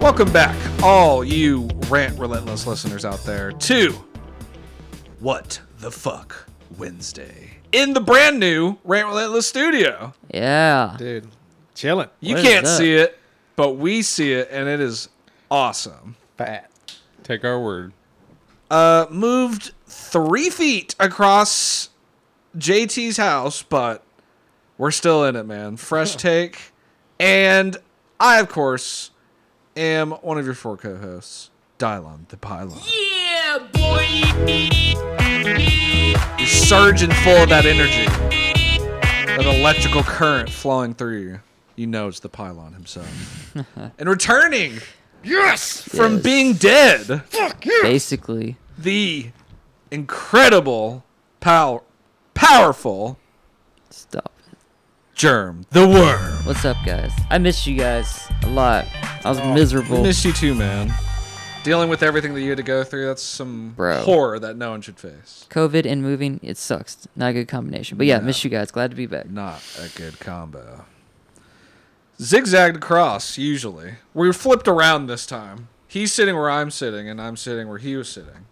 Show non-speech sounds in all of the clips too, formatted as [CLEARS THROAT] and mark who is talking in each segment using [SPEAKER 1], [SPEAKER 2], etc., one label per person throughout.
[SPEAKER 1] Welcome back, all you rant relentless listeners out there, to What the Fuck Wednesday in the brand new Rant Relentless studio.
[SPEAKER 2] Yeah.
[SPEAKER 3] dude. Chilling.
[SPEAKER 1] You
[SPEAKER 2] What is
[SPEAKER 1] can't
[SPEAKER 2] that?
[SPEAKER 1] see it, but we see it, and it is awesome.
[SPEAKER 3] Fat.
[SPEAKER 4] Take our word.
[SPEAKER 1] Uh, moved three feet across JT's house, but we're still in it, man. Fresh take. And I, of course, am one of your four co hosts, Dylon the Pylon.
[SPEAKER 2] Yeah, boy.
[SPEAKER 1] You're surging full of that energy, that electrical current flowing through you. You know it's the Pylon himself. and returning
[SPEAKER 3] Yes.
[SPEAKER 1] from
[SPEAKER 2] Yes.
[SPEAKER 1] being dead,
[SPEAKER 3] Fuck you.
[SPEAKER 2] Basically.
[SPEAKER 1] the incredible, pow- powerful
[SPEAKER 2] Stop.
[SPEAKER 1] Germ, the worm.
[SPEAKER 2] What's up, guys? I missed you guys a lot. I was
[SPEAKER 1] Oh, We
[SPEAKER 2] miserable.
[SPEAKER 1] miss you too, man. Dealing with everything that you had to go through, that's some
[SPEAKER 2] Bro.
[SPEAKER 1] horror that no one should face.
[SPEAKER 2] COVID and moving, it sucks. Not a good combination. But yeah, miss you guys. Glad to be back.
[SPEAKER 1] Not a good combo. Zigzagged across, usually. We flipped around this time. He's sitting where I'm sitting, and I'm sitting where he was sitting.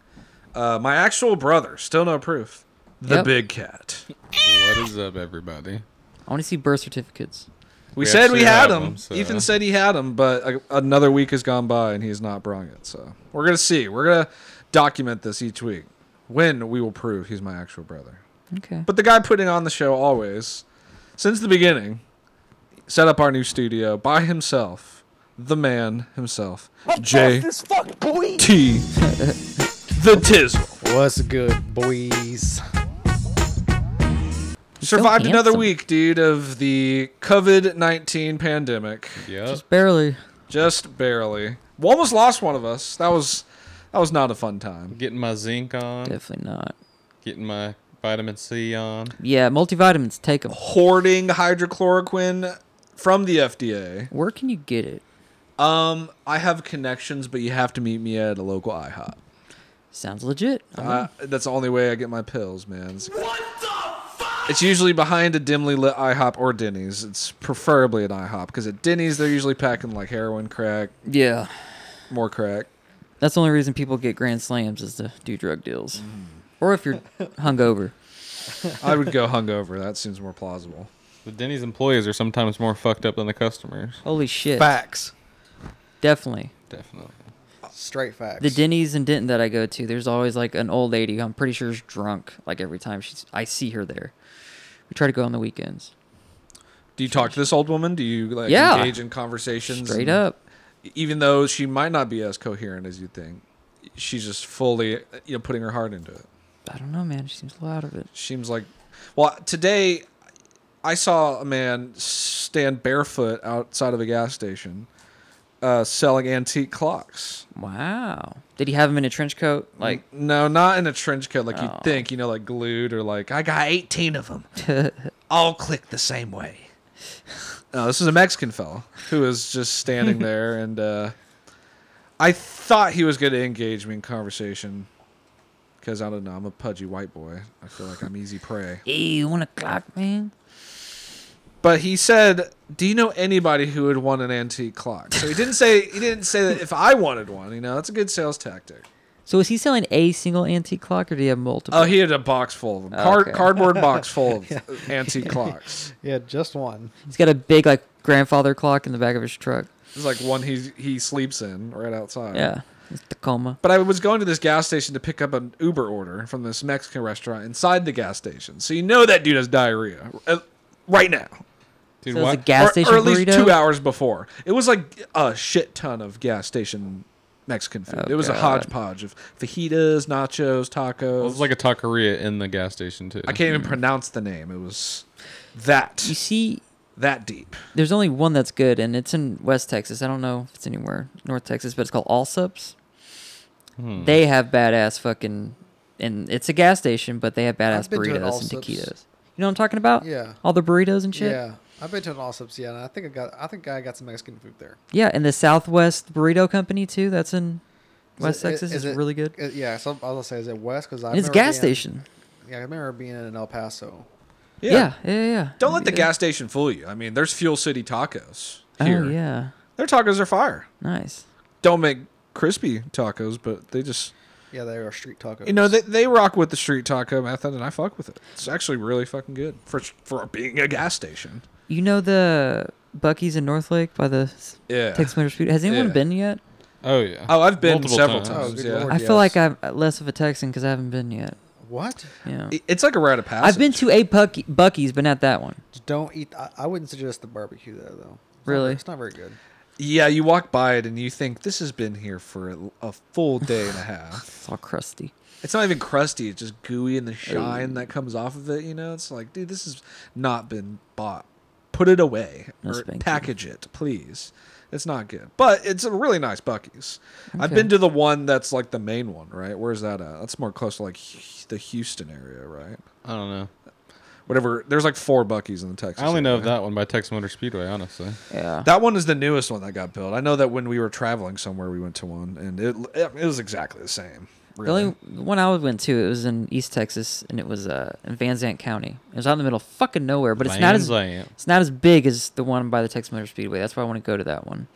[SPEAKER 1] Uh, my actual brother, still no proof. The
[SPEAKER 2] Yep.
[SPEAKER 1] big cat.
[SPEAKER 4] What is up, everybody?
[SPEAKER 2] I want to see birth certificates.
[SPEAKER 1] We,
[SPEAKER 4] We
[SPEAKER 1] said we
[SPEAKER 4] actually
[SPEAKER 1] had
[SPEAKER 4] have
[SPEAKER 1] him.
[SPEAKER 4] him, so-
[SPEAKER 1] Ethan said he had him, but a, another week has gone by and he has not brought it. So we're gonna see. We're gonna document this each week when we will prove he's my actual brother.
[SPEAKER 2] Okay.
[SPEAKER 1] But the guy putting on the show always, since the beginning, set up our new studio by himself. The man himself, J T, [LAUGHS] the Tizzle,
[SPEAKER 3] What's good, boys?
[SPEAKER 1] survived another
[SPEAKER 2] handsome.
[SPEAKER 1] week, dude, of the COVID nineteen pandemic.
[SPEAKER 4] Yep.
[SPEAKER 2] Just barely.
[SPEAKER 1] just barely. We almost lost one of us. That was that was not a fun time.
[SPEAKER 4] Getting my zinc on.
[SPEAKER 2] Definitely not.
[SPEAKER 4] Getting my vitamin C on.
[SPEAKER 2] Yeah, multivitamins, take them.
[SPEAKER 1] Hoarding hydrochloroquine from the FDA.
[SPEAKER 2] Where can you get it?
[SPEAKER 1] Um, I have connections, but you have to meet me at a local IHOP.
[SPEAKER 2] Sounds legit. I'm
[SPEAKER 1] Uh, that's the only way I get my pills, man. It's, what the fuck? It's usually behind a dimly lit IHOP or Denny's. It's preferably an IHOP because at Denny's they're usually packing like heroin, crack,
[SPEAKER 2] in. Yeah.
[SPEAKER 1] more crack.
[SPEAKER 2] That's the only reason people get grand slams is to do drug deals.
[SPEAKER 1] Mm.
[SPEAKER 2] Or if you're hungover.
[SPEAKER 1] I would go hungover. That seems more plausible.
[SPEAKER 4] The Denny's employees are sometimes more fucked up than the customers.
[SPEAKER 2] Holy shit.
[SPEAKER 3] Facts.
[SPEAKER 2] Definitely.
[SPEAKER 4] Definitely.
[SPEAKER 3] Straight facts.
[SPEAKER 2] The Denny's in Denton that I go to, there's always like an old lady. who I'm pretty sure is drunk. Like every time she's, I see her there. We try to go on the weekends.
[SPEAKER 1] Do you talk to this old woman? Do you like
[SPEAKER 2] Yeah.
[SPEAKER 1] engage in conversations?
[SPEAKER 2] Straight
[SPEAKER 1] and-
[SPEAKER 2] up.
[SPEAKER 1] even though she might not be as coherent as you think, she's just fully you know putting her heart into it.
[SPEAKER 2] I don't know, man. She seems a lot out of it.
[SPEAKER 1] Seems like, well, today I saw a man stand barefoot outside of a gas station, uh, selling antique clocks.
[SPEAKER 2] Wow. Did he have him in a trench coat?
[SPEAKER 1] Mm-hmm.
[SPEAKER 2] Like,
[SPEAKER 1] No, not in a trench coat like
[SPEAKER 2] Oh.
[SPEAKER 1] you'd think, you know, like glued or like I got eighteen of them,
[SPEAKER 2] [LAUGHS]
[SPEAKER 1] all clicked the same way. No, this is a Mexican fella who is just
[SPEAKER 2] [LAUGHS]
[SPEAKER 1] standing there, and uh, I thought he was going to engage me in conversation because I don't know, I'm a pudgy white boy. I feel like I'm easy prey.
[SPEAKER 2] hey, you want a clock, man?
[SPEAKER 1] But he said, "Do you know anybody who would want an antique clock?" So he didn't say he didn't say that if I wanted one. You know, that's a good sales tactic.
[SPEAKER 2] So is he selling a single antique clock or do you have multiple?
[SPEAKER 1] Oh, he had a box full of them. Card,
[SPEAKER 2] Okay.
[SPEAKER 1] Cardboard box full
[SPEAKER 2] [LAUGHS]
[SPEAKER 1] of antique clocks.
[SPEAKER 3] yeah, just one.
[SPEAKER 2] He's got a big, like, grandfather clock in the back of his truck.
[SPEAKER 1] It's like one he he sleeps in right outside.
[SPEAKER 2] Yeah. It's Tacoma.
[SPEAKER 1] But I was going to this gas station to pick up an Uber order from this Mexican restaurant inside the gas station. So you know that dude has diarrhea uh, right now.
[SPEAKER 4] Dude,
[SPEAKER 2] So it's
[SPEAKER 4] why,
[SPEAKER 2] a gas
[SPEAKER 1] Or-
[SPEAKER 2] station
[SPEAKER 1] or, at least
[SPEAKER 2] burrito?
[SPEAKER 1] two hours before. It was like a shit ton of gas station Mexican food.
[SPEAKER 2] Oh,
[SPEAKER 1] it was a
[SPEAKER 2] God.
[SPEAKER 1] hodgepodge of fajitas, nachos, tacos.
[SPEAKER 4] it was like a taqueria in the gas station, too.
[SPEAKER 1] I can't even pronounce the name. It was that
[SPEAKER 2] Hmm. You see,
[SPEAKER 1] that deep.
[SPEAKER 2] there's only one that's good, and it's in West Texas. I don't know if it's anywhere North Texas, but it's called Allsups.
[SPEAKER 1] Hmm.
[SPEAKER 2] They have badass fucking, and it's a gas station, but they have badass
[SPEAKER 3] I've been to an
[SPEAKER 2] burritos and
[SPEAKER 3] Allsups.
[SPEAKER 2] taquitos. You know what I'm talking about?
[SPEAKER 3] Yeah.
[SPEAKER 2] All the burritos and shit.
[SPEAKER 3] Yeah, I've been to an Allsups. Yeah, and I think I got. I think I got some Mexican food there.
[SPEAKER 2] Yeah, and the Southwest Burrito Company too. That's in
[SPEAKER 3] Is
[SPEAKER 2] West
[SPEAKER 3] it-
[SPEAKER 2] Texas. Is,
[SPEAKER 3] it-
[SPEAKER 2] really good.
[SPEAKER 3] i- yeah, so I was gonna say, is it West? Because I
[SPEAKER 2] And it's a
[SPEAKER 3] remember
[SPEAKER 2] gas
[SPEAKER 3] being-
[SPEAKER 2] station.
[SPEAKER 3] Yeah, I remember being in El Paso.
[SPEAKER 2] Yeah. Yeah. Yeah. yeah.
[SPEAKER 1] Don't let the
[SPEAKER 2] Yeah.
[SPEAKER 1] gas station fool you. I mean, there's Fuel City tacos
[SPEAKER 2] Oh
[SPEAKER 1] here.
[SPEAKER 2] yeah.
[SPEAKER 1] Their tacos are fire.
[SPEAKER 2] Nice.
[SPEAKER 1] don't make crispy tacos, but they just
[SPEAKER 3] Yeah, they are street tacos.
[SPEAKER 1] you know they, they rock with the street taco method, and I fuck with it. It's actually really fucking good for for being a gas station.
[SPEAKER 2] You know the Bucky's in Northlake by the s-
[SPEAKER 1] Yeah.
[SPEAKER 2] Texas Motor Speed. Has anyone
[SPEAKER 1] Yeah.
[SPEAKER 2] been yet?
[SPEAKER 4] Oh yeah.
[SPEAKER 1] Oh, I've been
[SPEAKER 4] Multiple
[SPEAKER 1] several
[SPEAKER 4] times.
[SPEAKER 1] times.
[SPEAKER 3] Oh, good
[SPEAKER 1] yeah.
[SPEAKER 3] lord.
[SPEAKER 2] I feel like
[SPEAKER 3] yes.
[SPEAKER 2] I'm uh, less of a Texan because I haven't been yet.
[SPEAKER 3] what?
[SPEAKER 2] Yeah,
[SPEAKER 1] It- It's like a rite of passage.
[SPEAKER 2] I've been to a Bucky, Bucky's, but not that one.
[SPEAKER 3] Just don't eat. I, I wouldn't suggest the barbecue there though. It's not
[SPEAKER 2] Really?
[SPEAKER 3] very- it's not very good.
[SPEAKER 1] Yeah, you walk by it and you think this has been here for a, a full day and a half.
[SPEAKER 2] It's all crusty.
[SPEAKER 1] It's not even crusty; it's just gooey,
[SPEAKER 2] Oh.
[SPEAKER 1] and the shine that comes off of it. You know, it's like, dude, this has not been bought. Put it away
[SPEAKER 2] No
[SPEAKER 1] or
[SPEAKER 2] spanking.
[SPEAKER 1] package it, please. It's not good, but it's a really nice Bucky's. I've
[SPEAKER 2] Okay.
[SPEAKER 1] been to the one that's like the main one, right? Where's that at? That's more close to like Hu- the Houston area, right?
[SPEAKER 4] I don't know.
[SPEAKER 1] Whatever. There's like four Bucky's in the Texas.
[SPEAKER 4] I only know of
[SPEAKER 1] area.
[SPEAKER 4] that one by Texas Motor Speedway, honestly.
[SPEAKER 2] Yeah.
[SPEAKER 1] That one is the newest one that got built. I know that when we were traveling somewhere, we went to one, and it it, it was exactly the same. Really,
[SPEAKER 2] The only one I went to, it was in East Texas, and it was uh, in Van Zant County. It was out in the middle of fucking nowhere, but it's not as
[SPEAKER 4] Zant.
[SPEAKER 2] it's not as big as the one by the Texas Motor Speedway. That's why I want to go to that one.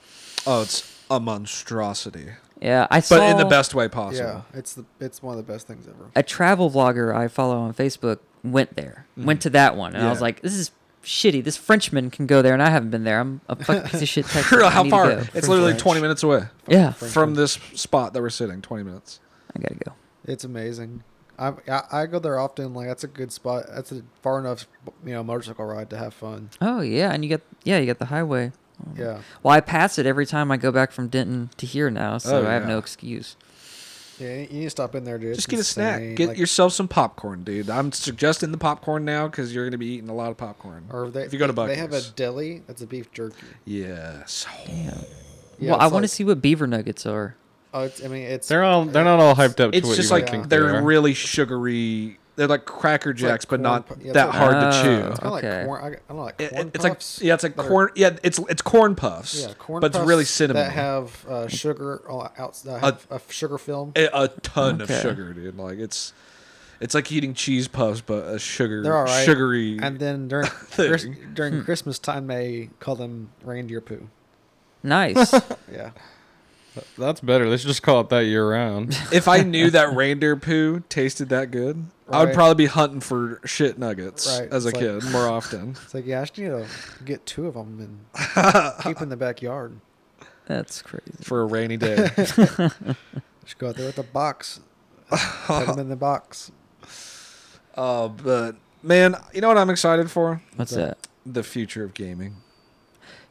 [SPEAKER 1] oh, it's a monstrosity,
[SPEAKER 2] Yeah, I
[SPEAKER 1] but
[SPEAKER 2] saw
[SPEAKER 1] in the best way possible.
[SPEAKER 3] Yeah, it's the it's one of the best things ever.
[SPEAKER 2] a travel vlogger I follow on Facebook went there, went to that one, and I was
[SPEAKER 1] Mm-hmm. Yeah.
[SPEAKER 2] like, this is shitty. This Frenchman can go there, and I haven't been there. I'm a fucking piece of shit.
[SPEAKER 1] [LAUGHS] [LAUGHS]
[SPEAKER 2] Texan.
[SPEAKER 1] Girl,
[SPEAKER 2] I
[SPEAKER 1] how
[SPEAKER 2] need to
[SPEAKER 1] far?
[SPEAKER 2] go.
[SPEAKER 1] It's literally
[SPEAKER 3] French.
[SPEAKER 1] 20 minutes away
[SPEAKER 2] Yeah,
[SPEAKER 1] from this spot that we're sitting. 20 minutes.
[SPEAKER 2] I gotta go.
[SPEAKER 3] It's amazing. I, I I go there often. Like that's a good spot. That's a far enough you know motorcycle ride to have fun.
[SPEAKER 2] Oh yeah, and you get yeah, you got the highway.
[SPEAKER 3] Yeah,
[SPEAKER 2] Well, I pass it every time I go back from Denton to here now, so
[SPEAKER 1] Oh,
[SPEAKER 2] I have
[SPEAKER 1] yeah.
[SPEAKER 2] no excuse.
[SPEAKER 3] yeah. You need to stop in there, dude.
[SPEAKER 1] Just
[SPEAKER 3] It's
[SPEAKER 1] get a snack.
[SPEAKER 3] insane.
[SPEAKER 1] Get
[SPEAKER 3] Like-
[SPEAKER 1] yourself some popcorn, dude. I'm suggesting the popcorn now because you're going to be eating a lot of popcorn.
[SPEAKER 3] or they,
[SPEAKER 1] if you go to
[SPEAKER 3] they-
[SPEAKER 1] Bucky's,
[SPEAKER 3] they have a deli that's a beef jerky.
[SPEAKER 1] yes.
[SPEAKER 3] Yeah,
[SPEAKER 2] well, I
[SPEAKER 3] it's
[SPEAKER 2] want to
[SPEAKER 3] like-
[SPEAKER 2] see what beaver nuggets are.
[SPEAKER 3] Oh, it's, I mean, it's
[SPEAKER 4] They're all they're not all hyped up to
[SPEAKER 1] It's
[SPEAKER 4] what
[SPEAKER 1] just
[SPEAKER 4] you
[SPEAKER 1] like
[SPEAKER 4] would think they
[SPEAKER 1] they're
[SPEAKER 4] are.
[SPEAKER 1] really sugary. They're like Cracker
[SPEAKER 3] like
[SPEAKER 1] Jacks, but
[SPEAKER 3] corn
[SPEAKER 1] not
[SPEAKER 3] pu- yeah, it's
[SPEAKER 1] that
[SPEAKER 3] like-
[SPEAKER 1] hard
[SPEAKER 2] Oh.
[SPEAKER 1] to chew.
[SPEAKER 3] It's kind of
[SPEAKER 2] Okay.
[SPEAKER 3] like corn. I, I don't know, like
[SPEAKER 1] It-
[SPEAKER 3] corn
[SPEAKER 1] it- it's
[SPEAKER 3] puffs.
[SPEAKER 1] like yeah, it's like
[SPEAKER 3] that are-
[SPEAKER 1] corn. Yeah, it's it's corn puffs.
[SPEAKER 3] Yeah, corn.
[SPEAKER 1] but it's
[SPEAKER 3] puffs
[SPEAKER 1] really cinnamon.
[SPEAKER 3] that have uh, sugar all out. Uh, have a, sugar film.
[SPEAKER 1] a, a ton
[SPEAKER 2] Okay.
[SPEAKER 1] of sugar, dude. Like it's it's like eating cheese puffs, but a sugar
[SPEAKER 3] They're all right.
[SPEAKER 1] sugary.
[SPEAKER 3] and then during Chris,
[SPEAKER 2] Hmm.
[SPEAKER 3] during Christmas time, they call them reindeer poo. [LAUGHS]
[SPEAKER 2] Nice.
[SPEAKER 3] Yeah,
[SPEAKER 4] That's better. Let's just call it that year round.
[SPEAKER 1] [LAUGHS] if I knew
[SPEAKER 3] [LAUGHS]
[SPEAKER 1] that reindeer poo tasted that good, I would
[SPEAKER 3] Right.
[SPEAKER 1] probably be hunting for shit nuggets
[SPEAKER 3] Right,
[SPEAKER 1] as a
[SPEAKER 3] it's like-
[SPEAKER 1] kid
[SPEAKER 3] [LAUGHS]
[SPEAKER 1] more often.
[SPEAKER 3] it's like yeah, I just need to get two of them and
[SPEAKER 1] [LAUGHS]
[SPEAKER 3] keep in the backyard.
[SPEAKER 2] That's crazy.
[SPEAKER 1] For a rainy day,
[SPEAKER 3] [LAUGHS] Just go out there with a box, put them in the box.
[SPEAKER 1] uh, but man, you know what I'm excited for?
[SPEAKER 2] What's
[SPEAKER 3] Okay.
[SPEAKER 2] that?
[SPEAKER 1] The future of gaming.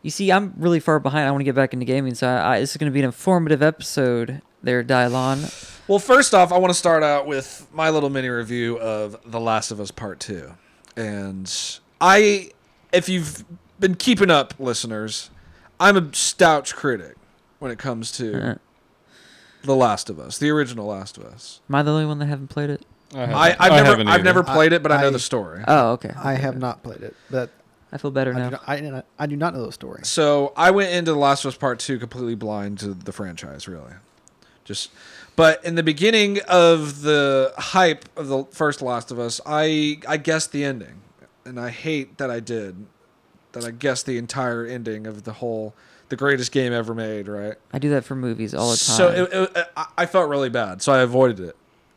[SPEAKER 2] You see, I'm really far behind. I want to get back into gaming, so I, I, this is going to be an informative episode there, Dylon.
[SPEAKER 1] Well, first off, I want to start out with my little mini review of The Last of Us Part 2. And I, if you've been keeping up, listeners, I'm a staunch critic when it comes to
[SPEAKER 2] Uh,
[SPEAKER 1] The Last of Us, the original Last of Us.
[SPEAKER 2] Am I the only one that haven't played it?
[SPEAKER 1] I,
[SPEAKER 4] haven't-
[SPEAKER 1] I've,
[SPEAKER 4] haven't
[SPEAKER 1] never, I've
[SPEAKER 4] either.
[SPEAKER 1] never played it, but I, know
[SPEAKER 3] I-
[SPEAKER 1] the story.
[SPEAKER 2] Oh, okay.
[SPEAKER 3] I have not played it, but
[SPEAKER 2] I feel better
[SPEAKER 3] I do,
[SPEAKER 2] now.
[SPEAKER 3] not, I, I do not know the story.
[SPEAKER 1] So I went into The Last of Us Part Two completely blind to the franchise, really. Just, but in the beginning of the hype of the first Last of Us, I I guessed the ending, and I hate that I did, that I guessed the entire ending of the whole the greatest game ever made, right?
[SPEAKER 2] I do that for movies all the time.
[SPEAKER 1] So it, it, I- I felt really bad, so I avoided it.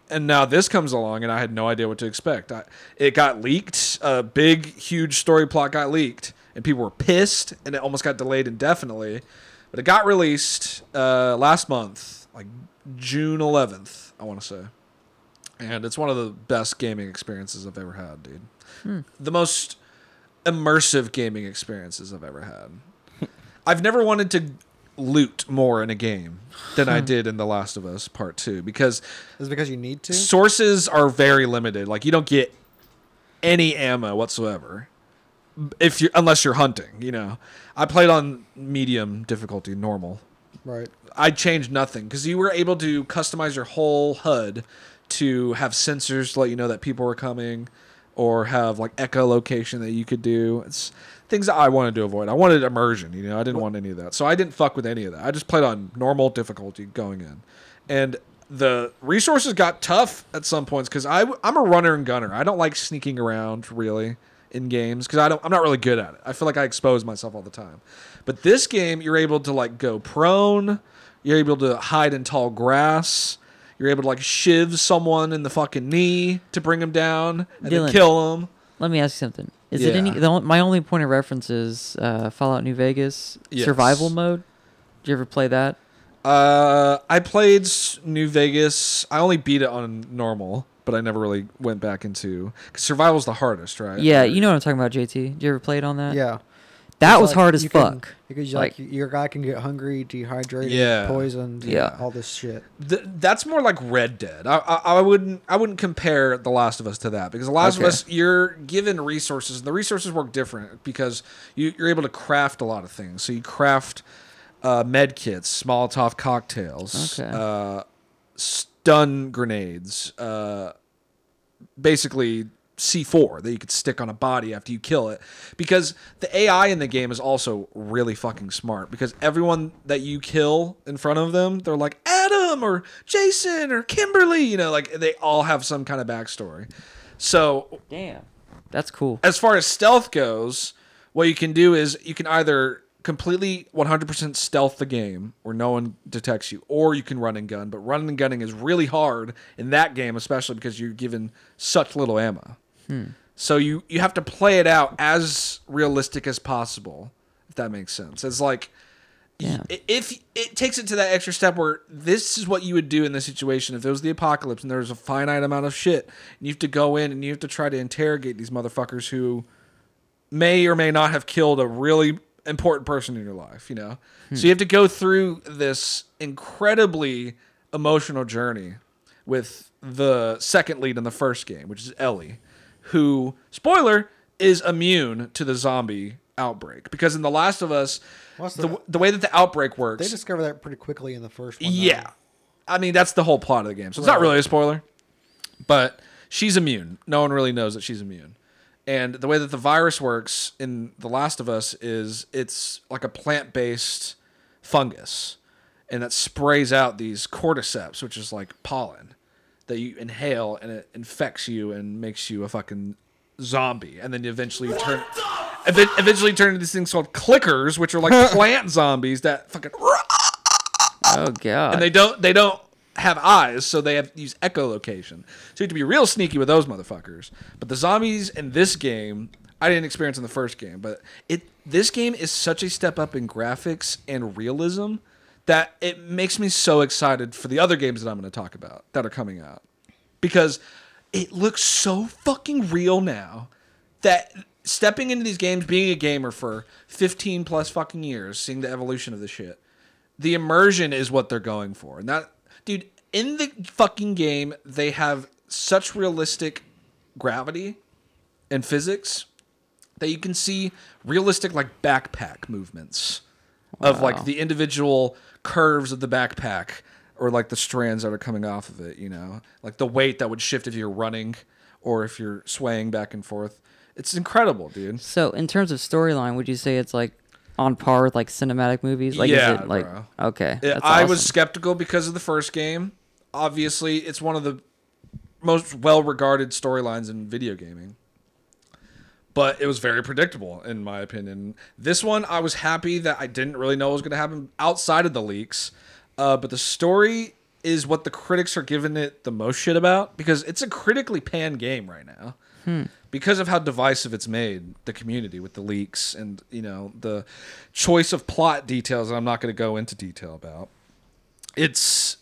[SPEAKER 1] And now this comes along, and I had no idea what to expect. I, it got leaked. A big, huge story plot got leaked, and people were pissed, and it almost got delayed indefinitely. But it got released uh, last month, like June 11th, I want to say. And it's one of the best gaming experiences I've ever had, dude.
[SPEAKER 2] Hmm.
[SPEAKER 1] The most immersive gaming experiences I've ever had. I've never wanted to loot more in a game than I did in The Last of Us Part 2 because
[SPEAKER 3] Is it because you need to?
[SPEAKER 1] sources are very limited. Like you don't get any ammo whatsoever if you unless you're hunting, you know. I played on medium difficulty normal.
[SPEAKER 3] right.
[SPEAKER 1] I changed nothing because you were able to customize your whole HUD to have sensors to let you know that people were coming, or have like echolocation that you could do. It's things that I wanted to avoid. I wanted immersion. You know, I didn't want any of that, so I didn't fuck with any of that. I just played on normal difficulty going in, and the resources got tough at some points because I I'm a runner and gunner. I don't like sneaking around really in games because I don't I'm not really good at it. I feel like I expose myself all the time. But this game, you're able to like go prone, You're able to hide in tall grass. You're able to like shiv someone in the fucking knee to bring them down and then
[SPEAKER 2] Dylan.
[SPEAKER 1] kill them.
[SPEAKER 2] Let me ask you something. Is it any?
[SPEAKER 1] Yeah.
[SPEAKER 2] The, on- my only point of reference is uh, Fallout New Vegas
[SPEAKER 1] Yes.
[SPEAKER 2] survival mode. Did you ever play that?
[SPEAKER 1] Uh, I played S- New Vegas. I only beat it on normal, but I never really went back into. Cause survival's the hardest, right?
[SPEAKER 2] yeah, you know what I'm talking about, JT. Did you ever play it on
[SPEAKER 1] Uh,
[SPEAKER 2] that?
[SPEAKER 3] Yeah.
[SPEAKER 2] that
[SPEAKER 3] It's
[SPEAKER 2] was
[SPEAKER 3] like
[SPEAKER 2] hard as
[SPEAKER 3] you can-
[SPEAKER 2] fuck.
[SPEAKER 3] because
[SPEAKER 2] Like-
[SPEAKER 3] like, y your guy can get hungry, dehydrated,
[SPEAKER 1] Yeah.
[SPEAKER 3] poisoned,
[SPEAKER 2] Yeah.
[SPEAKER 3] all this shit.
[SPEAKER 1] Th- that's more like Red Dead. I, I I wouldn't I wouldn't compare The Last of Us to that because The Last
[SPEAKER 2] Okay.
[SPEAKER 1] of Us you're given resources and the resources work different because you, you're able to craft a lot of things. So you craft uh, med kits, Molotov cocktails,
[SPEAKER 2] Okay.
[SPEAKER 1] uh, stun grenades, uh, basically C4 that you could stick on a body after you kill it. Because the AI in the game is also really fucking smart. Because everyone that you kill in front of them, they're like Adam or Jason or Kimberly, you know, like they all have some kind of backstory. So
[SPEAKER 2] Damn, that's cool.
[SPEAKER 1] as far as stealth goes, what you can do is you can either completely 100% stealth the game where no one detects you, or you can run and gun. But running and gunning is really hard in that game, especially because you're given such little ammo. So you you have to play it out as realistic as possible, if that makes sense. It's like
[SPEAKER 2] Yeah.
[SPEAKER 1] i- if it takes it to that extra step where this is what you would do in this situation if it was the apocalypse and there was a finite amount of shit and you have to go in and you have to try to interrogate these motherfuckers who may or may not have killed a really important person in your life, you know? So you have to go through this incredibly emotional journey with the second lead in the first game, which is Ellie, who, spoiler, is immune to the zombie outbreak. Because in The Last of Us,
[SPEAKER 3] What's
[SPEAKER 1] the,
[SPEAKER 3] the-
[SPEAKER 1] w- the way that the outbreak works.
[SPEAKER 3] They discover that pretty quickly in the first one. though.
[SPEAKER 1] Yeah. I mean, that's the whole plot of the game. So it's not
[SPEAKER 3] Right.
[SPEAKER 1] really a spoiler, but she's immune. No one really knows that she's immune. And the way that the virus works in The Last of Us is it's like a plant based fungus, and that sprays out these cordyceps, which is like pollen that you inhale and it infects you and makes you a fucking zombie and then you eventually turn ev- eventually turn into these things called clickers which are like
[SPEAKER 3] [LAUGHS]
[SPEAKER 1] plant zombies that fucking
[SPEAKER 2] Oh
[SPEAKER 1] [LAUGHS]
[SPEAKER 2] god.
[SPEAKER 1] and they don't they don't have eyes, so they have use echolocation. So you have to be real sneaky with those motherfuckers. But the zombies in this game, I didn't experience in the first game, but it this game is such a step up in graphics and realism that it makes me so excited for the other games that I'm going to talk about that are coming out because it looks so fucking real now that stepping into these games, being a gamer for 15 plus fucking years, seeing the evolution of the shit, the immersion is what they're going for. And that, dude, in the fucking game, they have such realistic gravity and physics that you can see realistic like backpack movements of like the individual curves of the backpack or like the strands that are coming off of it you know like the weight that would shift if you're running or if you're swaying back and forth it's incredible dude
[SPEAKER 2] so in terms of storyline, would you say it's like on par with like cinematic movies? Like
[SPEAKER 1] Yeah,
[SPEAKER 2] is it like
[SPEAKER 1] bro.
[SPEAKER 2] okay?
[SPEAKER 1] Yeah,
[SPEAKER 2] that's
[SPEAKER 1] I was
[SPEAKER 2] awesome.
[SPEAKER 1] skeptical because of the first game. Obviously, it's one of the most well-regarded storylines in video gaming. But it was very predictable, in my opinion. This one, I was happy that I didn't really know what was going to happen outside of the leaks. Uh, but the story is what the critics are giving it the most shit about because it's a critically panned game right now because of how divisive it's made the community with the leaks and you know the choice of plot details that I'm not going to go into detail about. It's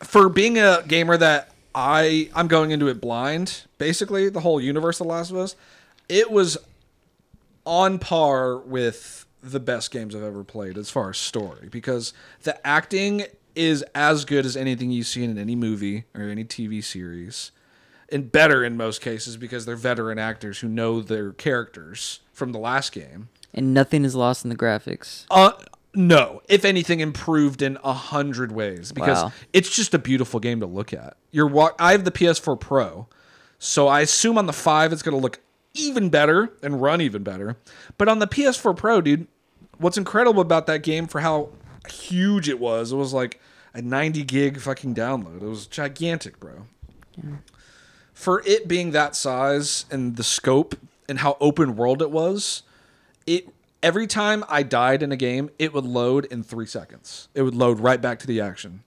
[SPEAKER 1] for being a gamer that I I'm going into it blind, basically the whole universe of The Last of Us. It was on par with the best games I've ever played as far as story because the acting is as good as anything you've seen in any movie or any TV series and better in most cases because they're veteran actors who know their characters from the last game.
[SPEAKER 2] and nothing is lost in the graphics.
[SPEAKER 1] Uh, no, if anything, improved in a hundred ways because
[SPEAKER 2] Wow.
[SPEAKER 1] it's just a beautiful game to look at. You're wa- I have the PS4 Pro, so I assume on the five it's going to look even better and run even better. But on the PS4 Pro, dude, what's incredible about that game for how huge it was? It was like a 90 gig fucking download. It was gigantic, bro for it being that size and the scope and how open world it was, it every time I died in a game, it would load in three seconds. It would load right back to the action.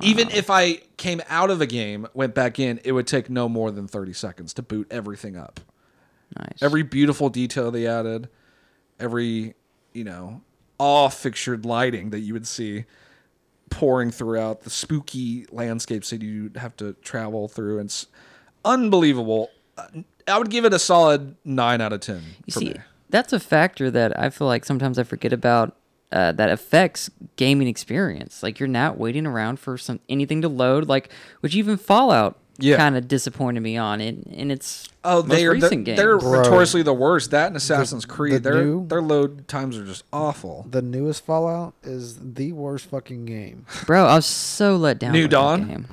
[SPEAKER 1] Even if I came out of a game, went back in, it would take no more than 30 seconds to boot everything up.
[SPEAKER 2] Nice.
[SPEAKER 1] Every beautiful detail they added, every, you know, awe fixtured lighting that you would see pouring throughout the spooky landscapes that you'd have to travel through. And it's unbelievable. Uh, I would give it a solid 9 out of 10.
[SPEAKER 2] You
[SPEAKER 1] for
[SPEAKER 2] see,
[SPEAKER 1] me.
[SPEAKER 2] that's a factor that I feel like sometimes I forget about. Uh, that affects gaming experience. Like you're not waiting around for some anything to load. Like which even Fallout
[SPEAKER 1] Yeah.
[SPEAKER 2] kind of disappointed me on in in its
[SPEAKER 1] Oh,
[SPEAKER 2] most
[SPEAKER 1] they are
[SPEAKER 2] recent
[SPEAKER 1] the,
[SPEAKER 2] game.
[SPEAKER 1] they're
[SPEAKER 3] Bro.
[SPEAKER 1] notoriously the worst. That and Assassin's Creed,
[SPEAKER 3] the
[SPEAKER 1] their
[SPEAKER 3] new-
[SPEAKER 1] their load times are just awful.
[SPEAKER 3] The newest Fallout is the worst fucking game.
[SPEAKER 2] Bro, I was so let down.
[SPEAKER 1] New
[SPEAKER 2] with that
[SPEAKER 1] Dawn?
[SPEAKER 2] game.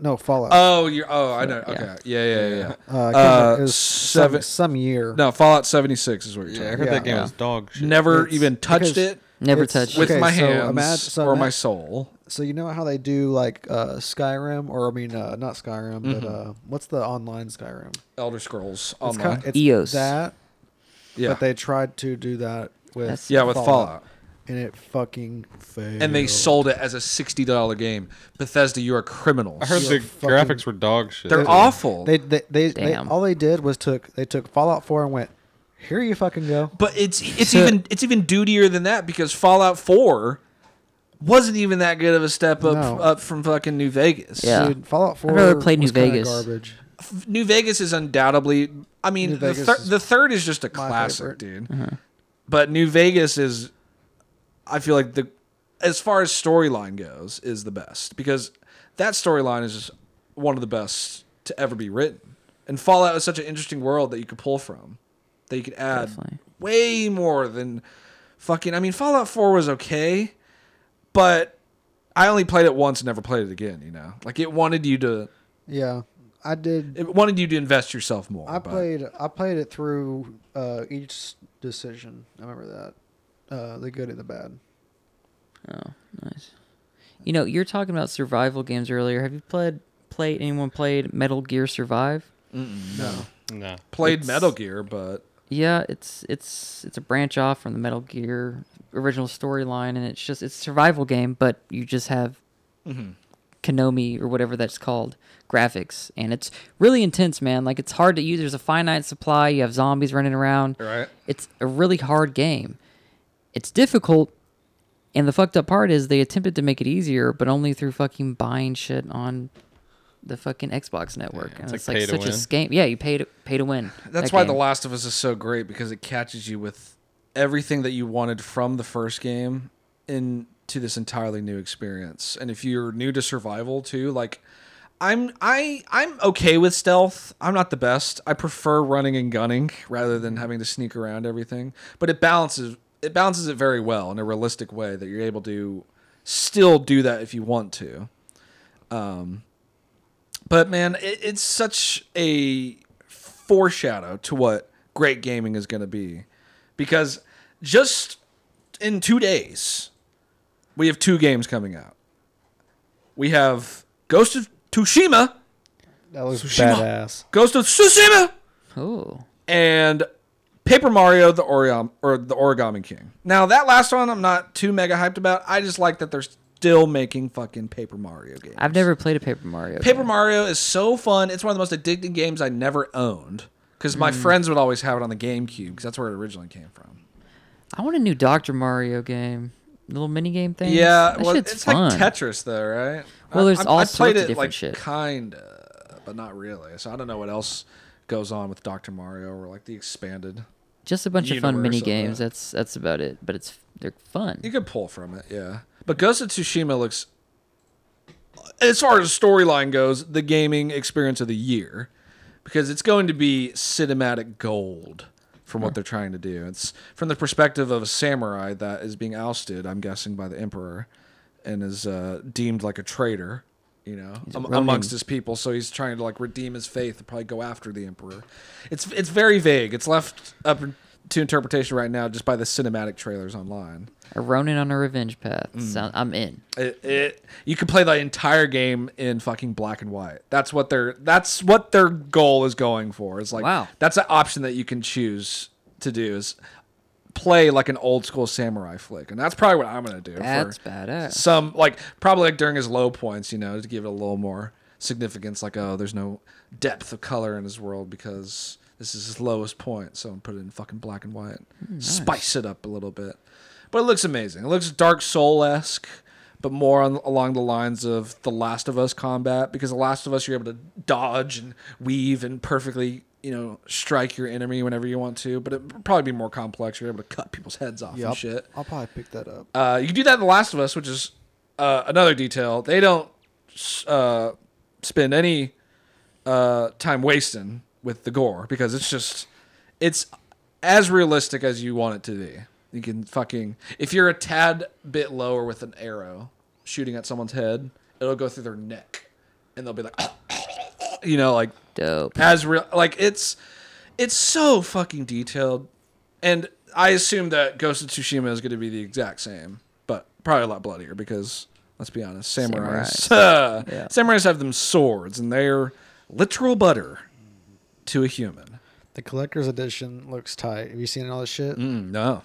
[SPEAKER 3] No Fallout.
[SPEAKER 1] Oh, you oh, I know.
[SPEAKER 2] yeah.
[SPEAKER 1] Okay, yeah, yeah, yeah. yeah.
[SPEAKER 3] Uh, it came out-
[SPEAKER 1] uh,
[SPEAKER 3] it was
[SPEAKER 1] seven-
[SPEAKER 3] some, some year.
[SPEAKER 1] No, Fallout seventy six is what you're
[SPEAKER 4] Yeah,
[SPEAKER 1] talking.
[SPEAKER 4] I heard
[SPEAKER 1] about.
[SPEAKER 3] Yeah.
[SPEAKER 4] that game
[SPEAKER 2] Yeah.
[SPEAKER 4] was dog shit.
[SPEAKER 1] Never
[SPEAKER 3] It's-
[SPEAKER 1] even touched
[SPEAKER 3] because
[SPEAKER 1] it
[SPEAKER 2] Never
[SPEAKER 3] It's-
[SPEAKER 2] touched
[SPEAKER 1] with
[SPEAKER 2] it.
[SPEAKER 3] okay,
[SPEAKER 1] my
[SPEAKER 3] so
[SPEAKER 1] hands
[SPEAKER 3] imag- so
[SPEAKER 1] or my
[SPEAKER 3] imag-
[SPEAKER 1] soul.
[SPEAKER 3] So you know how they do like uh, Skyrim, or I mean, uh, not Skyrim, but uh, what's the online Skyrim?
[SPEAKER 1] Elder Scrolls
[SPEAKER 3] It's
[SPEAKER 1] Mm-hmm. online.
[SPEAKER 3] kind- it's
[SPEAKER 2] Eos.
[SPEAKER 3] That,
[SPEAKER 1] yeah,
[SPEAKER 3] but they tried to do that with
[SPEAKER 2] That's-
[SPEAKER 1] yeah, with Fallout,
[SPEAKER 3] and it fucking failed.
[SPEAKER 1] and they sold it as a sixty dollar game. Bethesda, you are criminals.
[SPEAKER 4] I heard
[SPEAKER 3] Yeah,
[SPEAKER 4] the
[SPEAKER 3] fucking-
[SPEAKER 4] graphics were dog shit.
[SPEAKER 1] They're
[SPEAKER 4] too.
[SPEAKER 1] awful.
[SPEAKER 3] They they they, they
[SPEAKER 2] Damn.
[SPEAKER 3] all they did was took they took Fallout Four and went, here you fucking go.
[SPEAKER 1] But it's it's even it's even dutier than that because Fallout Four wasn't even that good of a step up
[SPEAKER 3] No.
[SPEAKER 1] up from fucking New Vegas.
[SPEAKER 2] Yeah.
[SPEAKER 3] Dude, Fallout Four.
[SPEAKER 2] rather play New
[SPEAKER 3] was kinda
[SPEAKER 2] Vegas.
[SPEAKER 3] Garbage.
[SPEAKER 1] F- New Vegas is undoubtedly. I
[SPEAKER 3] New
[SPEAKER 1] mean, the,
[SPEAKER 3] Vegas
[SPEAKER 1] thir-
[SPEAKER 3] is
[SPEAKER 1] the third is just a
[SPEAKER 3] my
[SPEAKER 1] classic,
[SPEAKER 3] favorite.
[SPEAKER 1] dude. But New Vegas is, I feel like the, as far as storyline goes, is the best because that storyline is just one of the best to ever be written. And Fallout is such an interesting world that you could pull from, that you could add
[SPEAKER 2] Definitely.
[SPEAKER 1] way more than fucking. I mean, Fallout Four was okay, but I only played it once and never played it again. You know, like it wanted you to
[SPEAKER 3] Yeah, I did.
[SPEAKER 1] it wanted you to invest yourself more.
[SPEAKER 3] I
[SPEAKER 1] but-
[SPEAKER 3] played I played it through uh, each decision. I remember that. Uh, the good and the bad.
[SPEAKER 2] Oh, nice. You know, you're talking about survival games earlier. Have you played played anyone played Metal Gear Survive?
[SPEAKER 3] No.
[SPEAKER 4] Nah.
[SPEAKER 1] played
[SPEAKER 2] it's-
[SPEAKER 1] Metal Gear, but
[SPEAKER 2] Yeah, it's it's it's a branch off from the Metal Gear original storyline, and it's just it's a survival game, but you just have
[SPEAKER 1] Mm-hmm.
[SPEAKER 2] Konami or whatever that's called graphics, and it's really intense, man. Like it's hard to use. There's a finite supply. You have zombies running around.
[SPEAKER 1] Right.
[SPEAKER 2] It's a really hard game. It's difficult, and the fucked up part is they attempted to make it easier, but only through fucking buying shit on. The fucking Xbox network, and
[SPEAKER 4] it's
[SPEAKER 2] it's
[SPEAKER 4] like
[SPEAKER 2] like,
[SPEAKER 4] pay to
[SPEAKER 2] such a
[SPEAKER 4] win.
[SPEAKER 2] scam. Yeah, you pay to pay to win.
[SPEAKER 1] that's
[SPEAKER 2] that
[SPEAKER 1] why The
[SPEAKER 2] game.
[SPEAKER 1] Last of Us is so great because it catches you with everything that you wanted from the first game into this entirely new experience. And if you're new to survival too, like I'm I I'm okay with stealth. I'm not the best. I prefer running and gunning rather than having to sneak around everything. But it balances it balances it very well in a realistic way that you're able to still do that if you want to. But man, it, it's such a foreshadow to what great gaming is going to be, because just in two days, we have two games coming out. We have Ghost of Tsushima,
[SPEAKER 3] That looks
[SPEAKER 1] Tsushima.
[SPEAKER 3] badass.
[SPEAKER 1] Ghost of Tsushima,
[SPEAKER 2] Oh,
[SPEAKER 1] and Paper Mario the Origami or the Origami King. Now that last one, I'm not too mega hyped about. I just like that they're still making fucking Paper Mario games.
[SPEAKER 2] I've never played a Paper Mario.
[SPEAKER 1] Paper
[SPEAKER 2] game.
[SPEAKER 1] Mario is so fun. It's one of the most addicting games I never owned because
[SPEAKER 2] Hmm.
[SPEAKER 1] my friends would always have it on the GameCube because that's where it originally came from.
[SPEAKER 2] I want a new Doctor Mario game, little mini game thing.
[SPEAKER 1] Yeah,
[SPEAKER 2] that
[SPEAKER 1] well,
[SPEAKER 2] shit's
[SPEAKER 1] it's
[SPEAKER 2] fun.
[SPEAKER 1] like Tetris, though, right?
[SPEAKER 2] Well, there's all sorts
[SPEAKER 1] played
[SPEAKER 2] of
[SPEAKER 1] it,
[SPEAKER 2] different
[SPEAKER 1] like,
[SPEAKER 2] shit.
[SPEAKER 1] Kinda, but not really. So I don't know what else goes on with Doctor Mario or like the expanded.
[SPEAKER 2] Just a bunch of fun
[SPEAKER 1] universe
[SPEAKER 2] mini
[SPEAKER 1] of
[SPEAKER 2] games.
[SPEAKER 1] that.
[SPEAKER 2] That's that's about it. But it's they're fun.
[SPEAKER 1] You could pull from it, yeah. But Ghost of Tsushima looks, as far as storyline goes, the gaming experience of the year because it's going to be cinematic gold from what they're trying to do. It's from the perspective of a samurai that is being ousted, I'm guessing, by the emperor and is uh, deemed like a traitor, you know, am-
[SPEAKER 2] Ronin.
[SPEAKER 1] amongst his people. So he's trying to like redeem his faith and probably go after the emperor. It's it's very vague. It's left up to interpretation right now just by the cinematic trailers online.
[SPEAKER 2] A Ronin on a revenge path.
[SPEAKER 1] Mm.
[SPEAKER 2] Sound, I'm in.
[SPEAKER 1] It, it you could play the entire game in fucking black and white. That's what their that's what their goal is going for. It's like
[SPEAKER 2] Wow.
[SPEAKER 1] that's an option that you can choose to do is play like an old school samurai flick, and that's probably what I'm gonna do.
[SPEAKER 2] That's
[SPEAKER 1] for
[SPEAKER 2] badass.
[SPEAKER 1] Some like probably like during his low points, you know, to give it a little more significance. Like, oh, there's no depth of color in his world because this is his lowest point, so I'm put it in fucking black and white, spice it up a little bit. But it looks amazing. It looks Dark Soul esque, but more on, along the lines of The Last of Us combat because The Last of Us you're able to dodge and weave and perfectly. You know, strike your enemy whenever you want to, but it'd probably be more complex. You're able to cut people's heads off
[SPEAKER 3] Yup.
[SPEAKER 1] and shit.
[SPEAKER 3] I'll probably pick that up.
[SPEAKER 1] Uh, you can do that in The Last of Us, which is uh, another detail. They don't s- uh, spend any uh, time wasting with the gore because it's just it's as realistic as you want it to be. You can fucking if you're a tad bit lower with an arrow shooting at someone's head, it'll go through their neck, and they'll be like, [COUGHS] you know, like
[SPEAKER 2] Dope.
[SPEAKER 1] as real like it's it's so fucking detailed and i assume that ghost of tsushima is going to be the exact same but probably a lot bloodier because let's be honest samurais [LAUGHS]
[SPEAKER 2] Yeah.
[SPEAKER 1] samurais have them swords and they're literal butter to a human
[SPEAKER 3] The collector's edition looks tight. Have you seen all this shit?
[SPEAKER 1] mm, no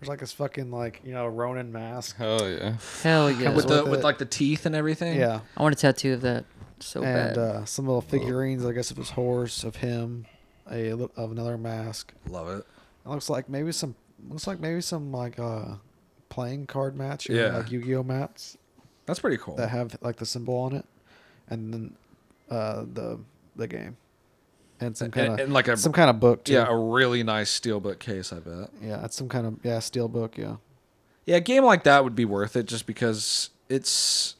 [SPEAKER 3] There's like this fucking like you know Ronin mask.
[SPEAKER 4] Hell yeah.
[SPEAKER 2] Hell yeah.
[SPEAKER 1] with the
[SPEAKER 3] worth
[SPEAKER 1] with
[SPEAKER 3] it.
[SPEAKER 1] like the teeth and everything
[SPEAKER 3] Yeah,
[SPEAKER 2] I want a tattoo of that so
[SPEAKER 3] and
[SPEAKER 2] bad.
[SPEAKER 3] uh, some little figurines. I guess of his horse, of him, a li- of another mask.
[SPEAKER 1] love it
[SPEAKER 3] It looks like maybe some looks like maybe some like uh playing card mats. You know,
[SPEAKER 1] Yeah. Oh.
[SPEAKER 3] like Yu-Gi-Oh mats
[SPEAKER 1] that's pretty cool
[SPEAKER 3] that have like the symbol on it, and then uh the the game, and some
[SPEAKER 1] And-
[SPEAKER 3] kind
[SPEAKER 1] and
[SPEAKER 3] of
[SPEAKER 1] like a-
[SPEAKER 3] some kind of book too.
[SPEAKER 1] yeah a really nice steelbook case i bet
[SPEAKER 3] yeah, it's some kind of yeah steel book. Yeah,
[SPEAKER 1] Yeah, a game like that would be worth it just because it's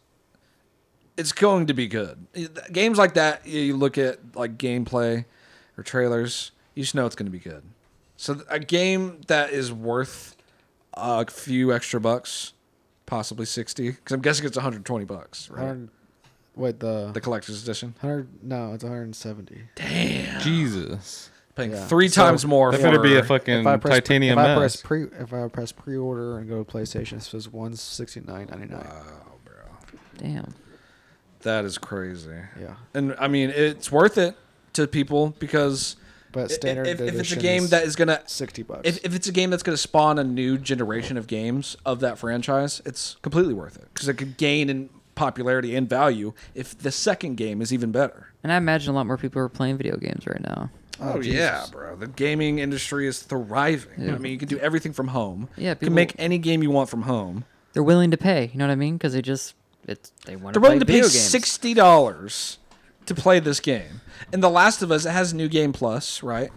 [SPEAKER 1] it's going to be good. Games like that, you you look at like gameplay or trailers, you just know it's going to be good. So th- a game that is worth a few extra bucks, possibly 60, cuz I'm guessing it's 120 bucks, right?
[SPEAKER 3] 100 wait the
[SPEAKER 1] The collector's edition.
[SPEAKER 3] Hundred? No, it's 170.
[SPEAKER 4] Jesus.
[SPEAKER 1] Paying
[SPEAKER 3] Yeah.
[SPEAKER 1] 3
[SPEAKER 3] So-
[SPEAKER 1] times more
[SPEAKER 4] That
[SPEAKER 1] for
[SPEAKER 4] better be a fucking titanium
[SPEAKER 3] if I press
[SPEAKER 4] mask.
[SPEAKER 3] pre, if I press pre-order and go to PlayStation, it says 169.99.
[SPEAKER 2] Damn.
[SPEAKER 1] That is crazy.
[SPEAKER 3] Yeah,
[SPEAKER 1] And I mean, it's worth it to people because
[SPEAKER 3] but
[SPEAKER 1] i-
[SPEAKER 3] standard
[SPEAKER 1] if, if it's a
[SPEAKER 3] edition
[SPEAKER 1] game
[SPEAKER 3] is
[SPEAKER 1] that is going to
[SPEAKER 3] 60 bucks.
[SPEAKER 1] if, if it's a game that's going to spawn a new generation of games of that franchise, it's completely worth it because it could gain in popularity and value if the second game is even better.
[SPEAKER 2] And I imagine a lot more people are playing video games right now.
[SPEAKER 1] Oh, yeah, bro! The gaming industry is thriving. I mean, you can do everything from home.
[SPEAKER 2] Yeah,
[SPEAKER 1] you
[SPEAKER 2] people-
[SPEAKER 1] can make any game you want from home.
[SPEAKER 2] They're willing to pay. You know what I mean? Because they just it's they want to.
[SPEAKER 1] They're willing to
[SPEAKER 2] play
[SPEAKER 1] pay
[SPEAKER 2] video games.
[SPEAKER 1] sixty dollars to play this game. And The Last of Us it has New Game Plus, right?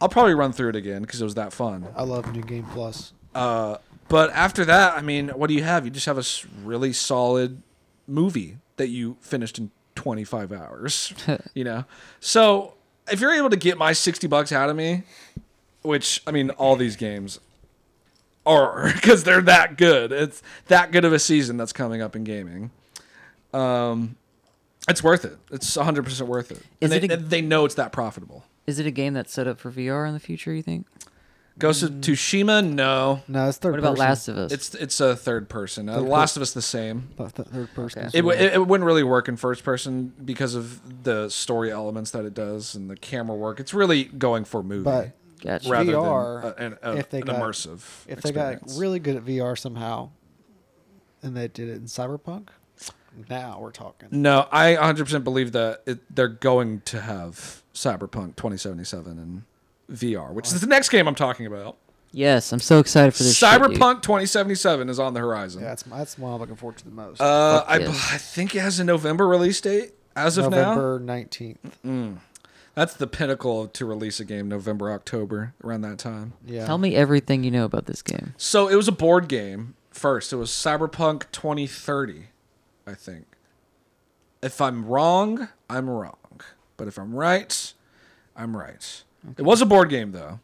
[SPEAKER 1] I'll probably run through it again because it was that fun.
[SPEAKER 3] I love New Game Plus.
[SPEAKER 1] Uh, but after that, I mean, what do you have? You just have a s- really solid movie that you finished in 25
[SPEAKER 2] [LAUGHS]
[SPEAKER 1] hours, you know? So if you're able to get my 60 bucks out of me, which, I mean, all these games are [LAUGHS] because they're that good. It's that good of a season that's coming up in gaming. Um, it's worth it. It's 100% worth it. And
[SPEAKER 2] Is it
[SPEAKER 1] they,
[SPEAKER 2] a-
[SPEAKER 1] they know it's that profitable.
[SPEAKER 2] Is it a game that's set up for VR in the future? You think?
[SPEAKER 1] Ghost
[SPEAKER 2] Mm.
[SPEAKER 1] of Tsushima, no.
[SPEAKER 3] No, it's third.
[SPEAKER 2] What about
[SPEAKER 3] person.
[SPEAKER 2] Last of Us?
[SPEAKER 1] It's it's a third person. Uh, The
[SPEAKER 3] Third
[SPEAKER 1] Last of Us the same.
[SPEAKER 3] Th- th- third person.
[SPEAKER 2] Okay.
[SPEAKER 1] It, w- it, it wouldn't really work in first person because of the story elements that it does and the camera work. It's really going for movie
[SPEAKER 3] But
[SPEAKER 2] gotcha.
[SPEAKER 1] rather
[SPEAKER 3] VR,
[SPEAKER 1] than a, an, a,
[SPEAKER 3] if they
[SPEAKER 1] an
[SPEAKER 3] got-
[SPEAKER 1] immersive.
[SPEAKER 3] if they got
[SPEAKER 1] experience.
[SPEAKER 3] really good at VR somehow, and they did it in Cyberpunk, now we're talking.
[SPEAKER 1] no, I 100% believe that it, they're going to have Cyberpunk 2077 in VR, which is the next game I'm talking about.
[SPEAKER 2] Yes, I'm so excited for this. shit, dude.
[SPEAKER 1] Cyberpunk 2077 is on the horizon.
[SPEAKER 3] Yeah, that's that's one I'm looking forward to the most.
[SPEAKER 1] uh, I,
[SPEAKER 2] Fuck yes.
[SPEAKER 1] I think it has a November release date as of now.
[SPEAKER 3] November 19th.
[SPEAKER 1] That's the pinnacle to release a game November, October, around that time.
[SPEAKER 3] Yeah.
[SPEAKER 2] Tell me everything you know about this game.
[SPEAKER 1] So it was a board game first. It was Cyberpunk 2030, I think. If I'm wrong, I'm wrong. But if I'm right, I'm right. It was a board game, though.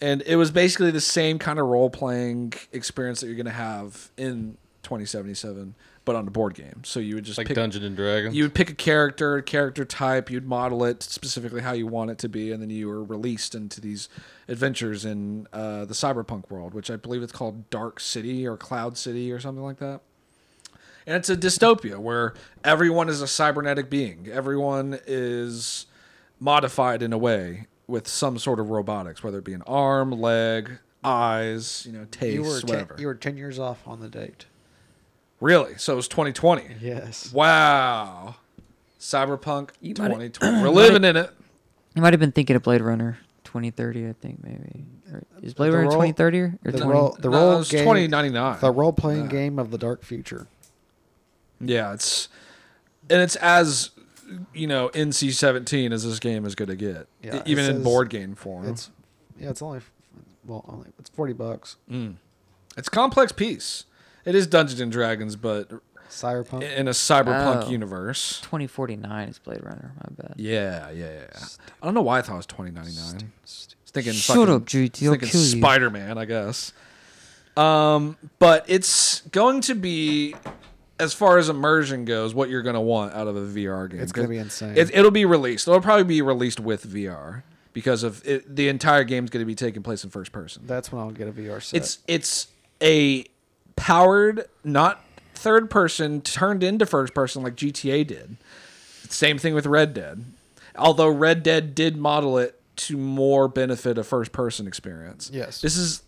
[SPEAKER 1] And it was basically the same kind of role playing experience that you're going to have in 2077, but on a board game. So you would just
[SPEAKER 4] Like
[SPEAKER 1] pick
[SPEAKER 4] Dungeon and Dragons.
[SPEAKER 1] you would pick a character, a character type, you'd model it specifically how you want it to be, and then you were released into these adventures in uh, the cyberpunk world, which I believe it's called Dark City or Cloud City or something like that. And it's a dystopia where everyone is a cybernetic being, everyone is modified in a way with some sort of robotics, whether it be an arm, leg, eyes, you know, taste,
[SPEAKER 3] you were ten,
[SPEAKER 1] whatever.
[SPEAKER 3] you were ten years off on the date.
[SPEAKER 1] really? So it was 2020.
[SPEAKER 3] Yes.
[SPEAKER 1] Wow. Cyberpunk
[SPEAKER 2] You might- [CLEARS THROAT]
[SPEAKER 1] 2020. We're living in it.
[SPEAKER 2] You might have been thinking of Blade Runner 2030, I think maybe. Or is Blade
[SPEAKER 3] The
[SPEAKER 2] Runner
[SPEAKER 3] role-
[SPEAKER 2] 2030 or, or
[SPEAKER 3] the
[SPEAKER 2] 20?
[SPEAKER 3] role- The
[SPEAKER 1] No,
[SPEAKER 3] role
[SPEAKER 1] it was
[SPEAKER 3] game-
[SPEAKER 1] 2099.
[SPEAKER 3] The role playing game of the dark future.
[SPEAKER 1] Yeah, it's and it's as you know NC seventeen as this game is going to get,
[SPEAKER 3] Yeah,
[SPEAKER 1] e- even
[SPEAKER 3] it
[SPEAKER 1] in
[SPEAKER 3] says
[SPEAKER 1] board game form. It's,
[SPEAKER 3] It's yeah, it's only well, only it's forty bucks.
[SPEAKER 1] it's a complex piece. It is Dungeons and Dragons, but
[SPEAKER 3] Cyberpunk.
[SPEAKER 1] in a cyberpunk
[SPEAKER 2] Oh.
[SPEAKER 1] universe.
[SPEAKER 2] 2049 is Blade Runner. My bad.
[SPEAKER 1] Yeah, yeah, yeah. yeah. I don't know why I thought it was twenty ninety nine. Thinking
[SPEAKER 2] Shut
[SPEAKER 1] fucking-
[SPEAKER 2] up,
[SPEAKER 1] I was
[SPEAKER 2] JT, I'll
[SPEAKER 1] Thinking
[SPEAKER 2] kill you.
[SPEAKER 1] Spider Man, I guess. Um, but it's going to be, as far as immersion goes, what you're going to want out of a VR game.
[SPEAKER 3] It's gonna be insane.
[SPEAKER 1] It, it'll be released. It'll probably be released with VR because of it, the entire game's going to be taking place in first person.
[SPEAKER 3] That's when I'll get a VR set.
[SPEAKER 1] It's it's a powered, not third person, turned into first person like GTA did. Same thing with Red Dead. Although Red Dead did model it to more benefit a first person experience.
[SPEAKER 3] Yes.
[SPEAKER 1] This is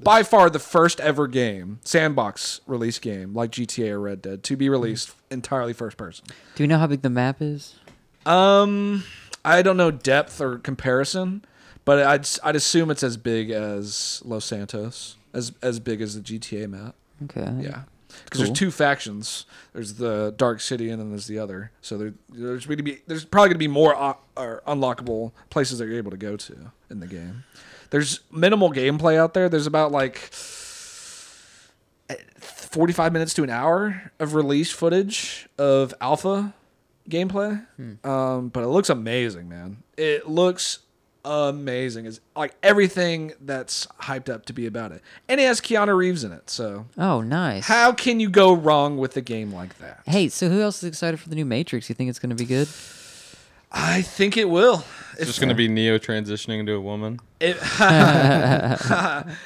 [SPEAKER 1] by far the first ever game, sandbox release game like GTA or Red Dead to be released entirely first person.
[SPEAKER 2] Do you know how big the map is?
[SPEAKER 1] Um, I don't know depth or comparison, but I'd I'd assume it's as big as Los Santos, as as big as the GTA map.
[SPEAKER 2] Okay.
[SPEAKER 1] Yeah, because
[SPEAKER 2] Cool.
[SPEAKER 1] there's two factions. There's the Dark City, and then there's the other. So there, there's going to be there's probably going to be more o- or unlockable places that you're able to go to in the game. There's minimal gameplay out there. There's about like 45 minutes to an hour of release footage of alpha gameplay. Um, but it looks amazing, man. It looks amazing. It's like everything that's hyped up to be about it. And it has Keanu Reeves in it. So
[SPEAKER 2] Oh, nice.
[SPEAKER 1] how can you go wrong with a game like that?
[SPEAKER 2] hey, so who else is excited for the new Matrix? You think it's going to be good?
[SPEAKER 1] I think it will.
[SPEAKER 4] It's just gonna be Neo transitioning into a woman.
[SPEAKER 1] It,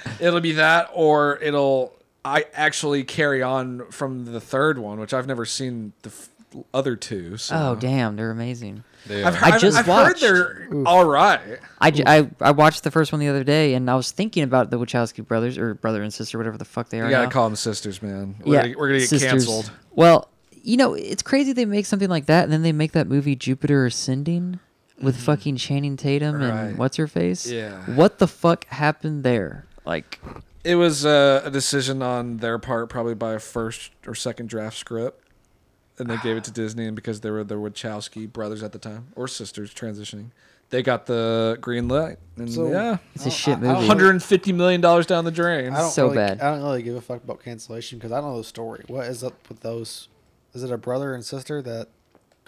[SPEAKER 1] [LAUGHS] it'll be that, or it'll I actually carry on from the third one, which I've never seen the f- other two. So.
[SPEAKER 2] Oh, damn, they're amazing.
[SPEAKER 4] They
[SPEAKER 1] I've,
[SPEAKER 4] are-
[SPEAKER 1] i
[SPEAKER 2] I just
[SPEAKER 1] I've
[SPEAKER 2] watched.
[SPEAKER 1] heard they're all right.
[SPEAKER 2] I, j- I, I watched the first one the other day, and I was thinking about the Wachowski brothers or brother and sister, whatever the fuck they are.
[SPEAKER 1] You gotta
[SPEAKER 2] now.
[SPEAKER 1] call them sisters, man. We're gonna, we're gonna get
[SPEAKER 2] sisters.
[SPEAKER 1] canceled.
[SPEAKER 2] Well, you know, it's crazy they make something like that, and then they make that movie Jupiter Ascending with fucking Channing Tatum
[SPEAKER 1] Right.
[SPEAKER 2] and what's her face.
[SPEAKER 1] Yeah.
[SPEAKER 2] What the fuck happened there? Like,
[SPEAKER 1] It was uh, a decision on their part, probably by a first or second draft script, and they gave it to Disney. And because they were the Wachowski brothers at the time or sisters transitioning, they got the green light. And
[SPEAKER 3] So-
[SPEAKER 1] yeah,
[SPEAKER 2] it's a shit
[SPEAKER 3] I- I
[SPEAKER 2] movie.
[SPEAKER 3] don't-
[SPEAKER 1] hundred and fifty million dollars down the drain.
[SPEAKER 3] I don't
[SPEAKER 2] so
[SPEAKER 3] really,
[SPEAKER 2] bad.
[SPEAKER 3] I don't really give a fuck about cancellation because I don't know the story. What is up with those? Is it a brother and sister that,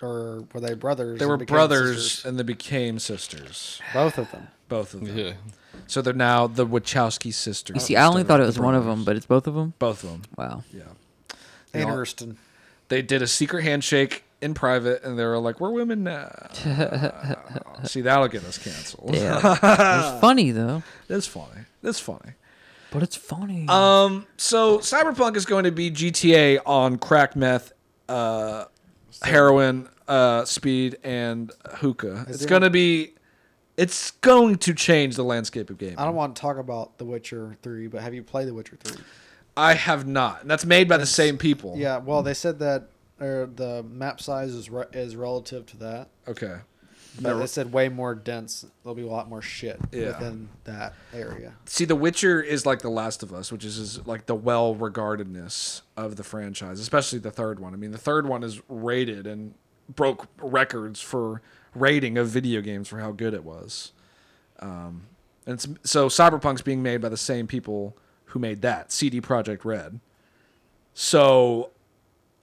[SPEAKER 3] or were they brothers?
[SPEAKER 1] They
[SPEAKER 3] and
[SPEAKER 1] were
[SPEAKER 3] became
[SPEAKER 1] brothers,
[SPEAKER 3] sisters?
[SPEAKER 1] and they became sisters,
[SPEAKER 3] both of them.
[SPEAKER 1] both of them.
[SPEAKER 4] yeah.
[SPEAKER 1] So they're now the Wachowski sisters.
[SPEAKER 2] you see, I only
[SPEAKER 1] instead
[SPEAKER 2] thought it
[SPEAKER 1] of
[SPEAKER 2] was
[SPEAKER 1] the
[SPEAKER 2] one of
[SPEAKER 1] brothers.
[SPEAKER 2] them, but it's both of them.
[SPEAKER 1] both of them.
[SPEAKER 2] Wow.
[SPEAKER 1] Yeah. They all-
[SPEAKER 3] Interesting.
[SPEAKER 1] they did a secret handshake in private and they were like we're women [LAUGHS] now see that'll get us canceled
[SPEAKER 2] Yeah.
[SPEAKER 1] Ah.
[SPEAKER 2] it's funny though.
[SPEAKER 1] [LAUGHS] that's funny that's funny
[SPEAKER 2] But it's funny.
[SPEAKER 1] um so cyberpunk is going to be gta on crack meth uh heroin uh speed and hookah it's
[SPEAKER 3] there-
[SPEAKER 1] going to be it's going to change the landscape of gaming
[SPEAKER 3] I don't want to talk about The Witcher Three, but have you played The Witcher Three?
[SPEAKER 1] i have not and that's made by the same people
[SPEAKER 3] Yeah. Well, they said that or the map size is re- is relative to that,
[SPEAKER 1] okay
[SPEAKER 3] but they said way more dense. There'll be a lot more shit
[SPEAKER 1] Yeah.
[SPEAKER 3] within that area.
[SPEAKER 1] See, The Witcher is like The Last of Us, which is, is like the well regardedness of the franchise, especially the third one. I mean, the third one is rated and broke records for rating of video games for how good it was. Um, and it's, so Cyberpunk's being made by the same people who made that, CD Projekt Red. So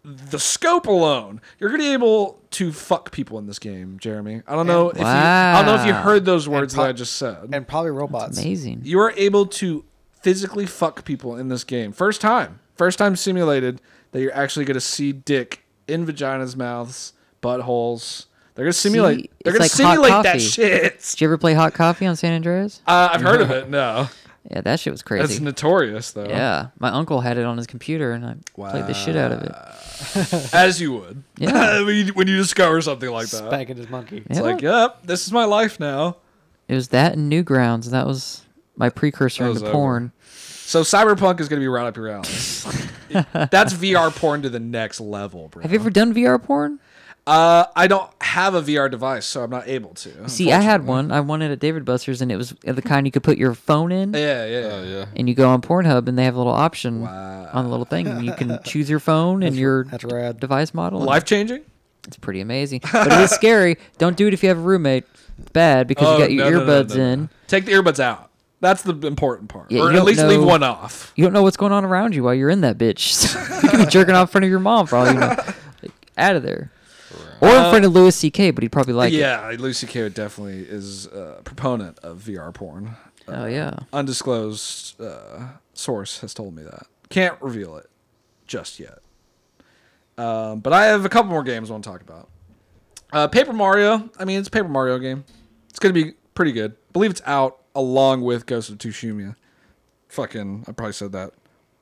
[SPEAKER 1] the scope alone, you're gonna be able to fuck people in this game, Jeremy. I don't know if you, I don't know if you
[SPEAKER 2] Wow.
[SPEAKER 1] heard those words
[SPEAKER 3] pro-
[SPEAKER 1] that I just said
[SPEAKER 3] And probably robots.
[SPEAKER 2] Amazing.
[SPEAKER 1] you are able to physically fuck people in this game. First time. First time simulated that you're actually going to see dick in vaginas, mouths, buttholes. They're going to simulate.
[SPEAKER 2] See,
[SPEAKER 1] they're
[SPEAKER 2] it's
[SPEAKER 1] going
[SPEAKER 2] like
[SPEAKER 1] to
[SPEAKER 2] hot
[SPEAKER 1] simulate
[SPEAKER 2] coffee.
[SPEAKER 1] that shit. [LAUGHS]
[SPEAKER 2] Did you ever play Hot Coffee on San Andreas?
[SPEAKER 1] Uh, I've heard of it.
[SPEAKER 2] [LAUGHS]
[SPEAKER 1] No,
[SPEAKER 2] Yeah, that shit was
[SPEAKER 1] that's
[SPEAKER 2] crazy.
[SPEAKER 1] notorious though.
[SPEAKER 2] yeah, my uncle had it on his computer, and I played the shit out of it.
[SPEAKER 1] As you would.
[SPEAKER 2] Yeah.
[SPEAKER 1] [LAUGHS] when, you, when you discover something like that,
[SPEAKER 3] [LAUGHS] Spanking his monkey.
[SPEAKER 1] it's
[SPEAKER 2] Yeah.
[SPEAKER 1] like, yep, this is my life now.
[SPEAKER 2] It was that and Newgrounds. That was my precursor
[SPEAKER 1] That
[SPEAKER 2] into
[SPEAKER 1] was over.
[SPEAKER 2] porn.
[SPEAKER 1] So Cyberpunk is gonna be right up your alley.
[SPEAKER 2] [LAUGHS]
[SPEAKER 1] That's VR porn to the next level, bro.
[SPEAKER 2] Have you ever done VR porn?
[SPEAKER 1] Uh, I don't have a VR device, so I'm not able to.
[SPEAKER 2] See, I had one. I won it at David Buster's, and it was the kind you could put your phone in,
[SPEAKER 1] Yeah, yeah.
[SPEAKER 4] Oh yeah.
[SPEAKER 2] and you go on Pornhub, and they have a little option on the little thing. and You
[SPEAKER 1] [LAUGHS]
[SPEAKER 2] can choose your phone and your
[SPEAKER 3] that's rad.
[SPEAKER 2] device model. and
[SPEAKER 1] Life changing?
[SPEAKER 2] It's pretty amazing,
[SPEAKER 1] [LAUGHS]
[SPEAKER 2] but it is scary. Don't do it if you have a roommate. It's bad because
[SPEAKER 1] Oh,
[SPEAKER 2] you got your earbuds in.
[SPEAKER 1] Take the earbuds out. That's the important part.
[SPEAKER 2] Yeah,
[SPEAKER 1] or
[SPEAKER 2] you
[SPEAKER 1] at
[SPEAKER 2] don't
[SPEAKER 1] least leave
[SPEAKER 2] know-
[SPEAKER 1] one off.
[SPEAKER 2] You don't know what's going on around you while you're in that bitch. [LAUGHS] So you could be jerking off in front of your mom for all you know. Like, out of there. Or in front of Louis C.K., but he'd probably like it.
[SPEAKER 1] yeah, Lucy K definitely is a proponent of VR porn.
[SPEAKER 2] Oh, yeah.
[SPEAKER 1] Undisclosed uh, source has told me that. Can't reveal it just yet. Um, but I have a couple more games I want to talk about. Uh, Paper Mario. I mean, it's a Paper Mario game. It's going to be pretty good. believe it's out along with Ghost of Tsushima. Fucking, I probably said that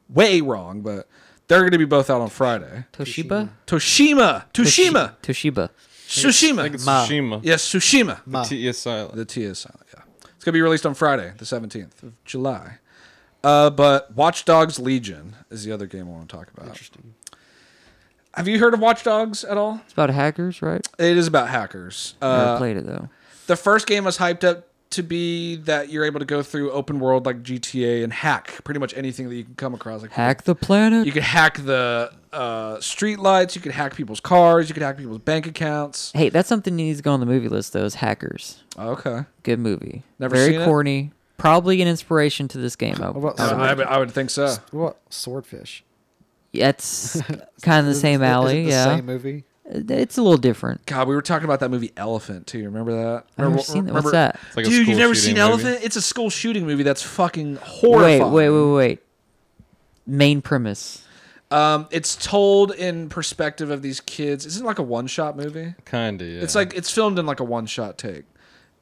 [SPEAKER 1] way wrong, but they're going to be both out on Friday.
[SPEAKER 2] Toshiba?
[SPEAKER 1] Toshima. Toshima.
[SPEAKER 2] Toshiba.
[SPEAKER 1] Tsushima.
[SPEAKER 4] I think it's
[SPEAKER 3] Ma.
[SPEAKER 4] Tsushima.
[SPEAKER 1] yes, Tsushima.
[SPEAKER 3] Ma.
[SPEAKER 4] T E is silent.
[SPEAKER 1] The T is silent. Yeah, it's gonna be released on Friday, the seventeenth of July. Uh, but Watch Dogs Legion is the other game I want to talk about.
[SPEAKER 3] Interesting.
[SPEAKER 1] Have you heard of Watch Dogs at all?
[SPEAKER 2] It's about hackers, right?
[SPEAKER 1] It is about hackers.
[SPEAKER 2] Never
[SPEAKER 1] Uh,
[SPEAKER 2] played it, though.
[SPEAKER 1] the first game was hyped up to be that you're able to go through open world like GTA and hack pretty much anything that you can come across. Like
[SPEAKER 2] Hack the planet?
[SPEAKER 1] You could hack the uh, street lights. You could hack people's cars. You could hack people's bank accounts.
[SPEAKER 2] hey, that's something that needs to go on the movie list, though, is Hackers.
[SPEAKER 1] Okay.
[SPEAKER 2] Good movie.
[SPEAKER 1] Never
[SPEAKER 2] Very
[SPEAKER 1] seen it?
[SPEAKER 2] corny. Probably an inspiration to this game. I,
[SPEAKER 3] What about
[SPEAKER 2] I would-
[SPEAKER 3] Sword-
[SPEAKER 1] I, would- I would think so.
[SPEAKER 3] What about Swordfish?
[SPEAKER 2] yeah,
[SPEAKER 3] [LAUGHS]
[SPEAKER 2] it's kind of the
[SPEAKER 3] Is it-
[SPEAKER 2] same
[SPEAKER 3] is it
[SPEAKER 2] alley,
[SPEAKER 3] the
[SPEAKER 2] yeah.
[SPEAKER 3] Same movie.
[SPEAKER 2] It's a little different.
[SPEAKER 1] God, we were talking about that movie Elephant too. Remember that?
[SPEAKER 2] I've never
[SPEAKER 1] Remember-
[SPEAKER 2] seen that.
[SPEAKER 1] remember-
[SPEAKER 2] What's that?
[SPEAKER 4] It's like a
[SPEAKER 1] Dude,
[SPEAKER 4] school
[SPEAKER 1] you've never
[SPEAKER 4] shooting
[SPEAKER 1] seen
[SPEAKER 4] movie.
[SPEAKER 1] Elephant? It's a school shooting movie that's fucking
[SPEAKER 2] Wait,
[SPEAKER 1] horrifying.
[SPEAKER 2] wait, wait, wait. Main premise.
[SPEAKER 1] Um, it's told in perspective of these kids. Isn't it like a one shot movie?
[SPEAKER 4] Kinda. Yeah.
[SPEAKER 1] It's like it's filmed in like a one shot take,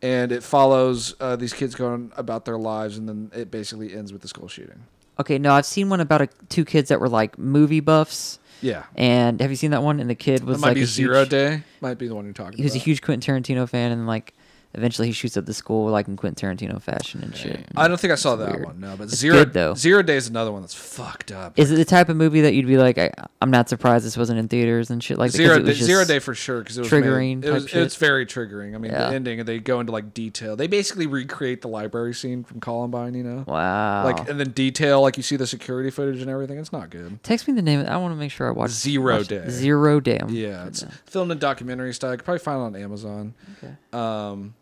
[SPEAKER 1] and it follows uh, these kids going about their lives, and then it basically ends with the school shooting.
[SPEAKER 2] Okay, no, I've seen one about a, two kids that were like movie buffs,
[SPEAKER 1] Yeah,
[SPEAKER 2] and have you seen that one? And the kid
[SPEAKER 1] it
[SPEAKER 2] was
[SPEAKER 1] might
[SPEAKER 2] like
[SPEAKER 1] be
[SPEAKER 2] a
[SPEAKER 1] Zero
[SPEAKER 2] huge,
[SPEAKER 1] Day. Might be the one you're talking
[SPEAKER 2] He was a
[SPEAKER 1] about.
[SPEAKER 2] huge Quentin Tarantino fan, and like eventually he shoots up the school like in Quentin Tarantino fashion and shit.
[SPEAKER 1] I don't think I saw that
[SPEAKER 2] weird.
[SPEAKER 1] one. No, but
[SPEAKER 2] It's
[SPEAKER 1] Zero
[SPEAKER 2] good, though.
[SPEAKER 1] Zero Day is another one that's fucked up.
[SPEAKER 2] Is it the type of movie that you'd be like, I, I'm not surprised this wasn't in theaters and shit like that? 'cause
[SPEAKER 1] zero
[SPEAKER 2] it
[SPEAKER 1] day,
[SPEAKER 2] was
[SPEAKER 1] zero
[SPEAKER 2] just-
[SPEAKER 1] day for sure because it was
[SPEAKER 2] triggering
[SPEAKER 1] made-
[SPEAKER 2] type
[SPEAKER 1] It was
[SPEAKER 2] shit.
[SPEAKER 1] it's very triggering. I mean,
[SPEAKER 2] Yeah.
[SPEAKER 1] the ending they go into like detail. They basically recreate the library scene from Columbine. You know,
[SPEAKER 2] Wow.
[SPEAKER 1] like and then detail like you see the security footage and everything. It's not good.
[SPEAKER 2] text me the name. of- I want to make sure I watch
[SPEAKER 1] Zero
[SPEAKER 2] watch-
[SPEAKER 1] Day.
[SPEAKER 2] Zero Day. I'm-
[SPEAKER 1] Yeah, it's filmed in documentary style. You could probably find it on Amazon.
[SPEAKER 2] Okay.
[SPEAKER 1] Um,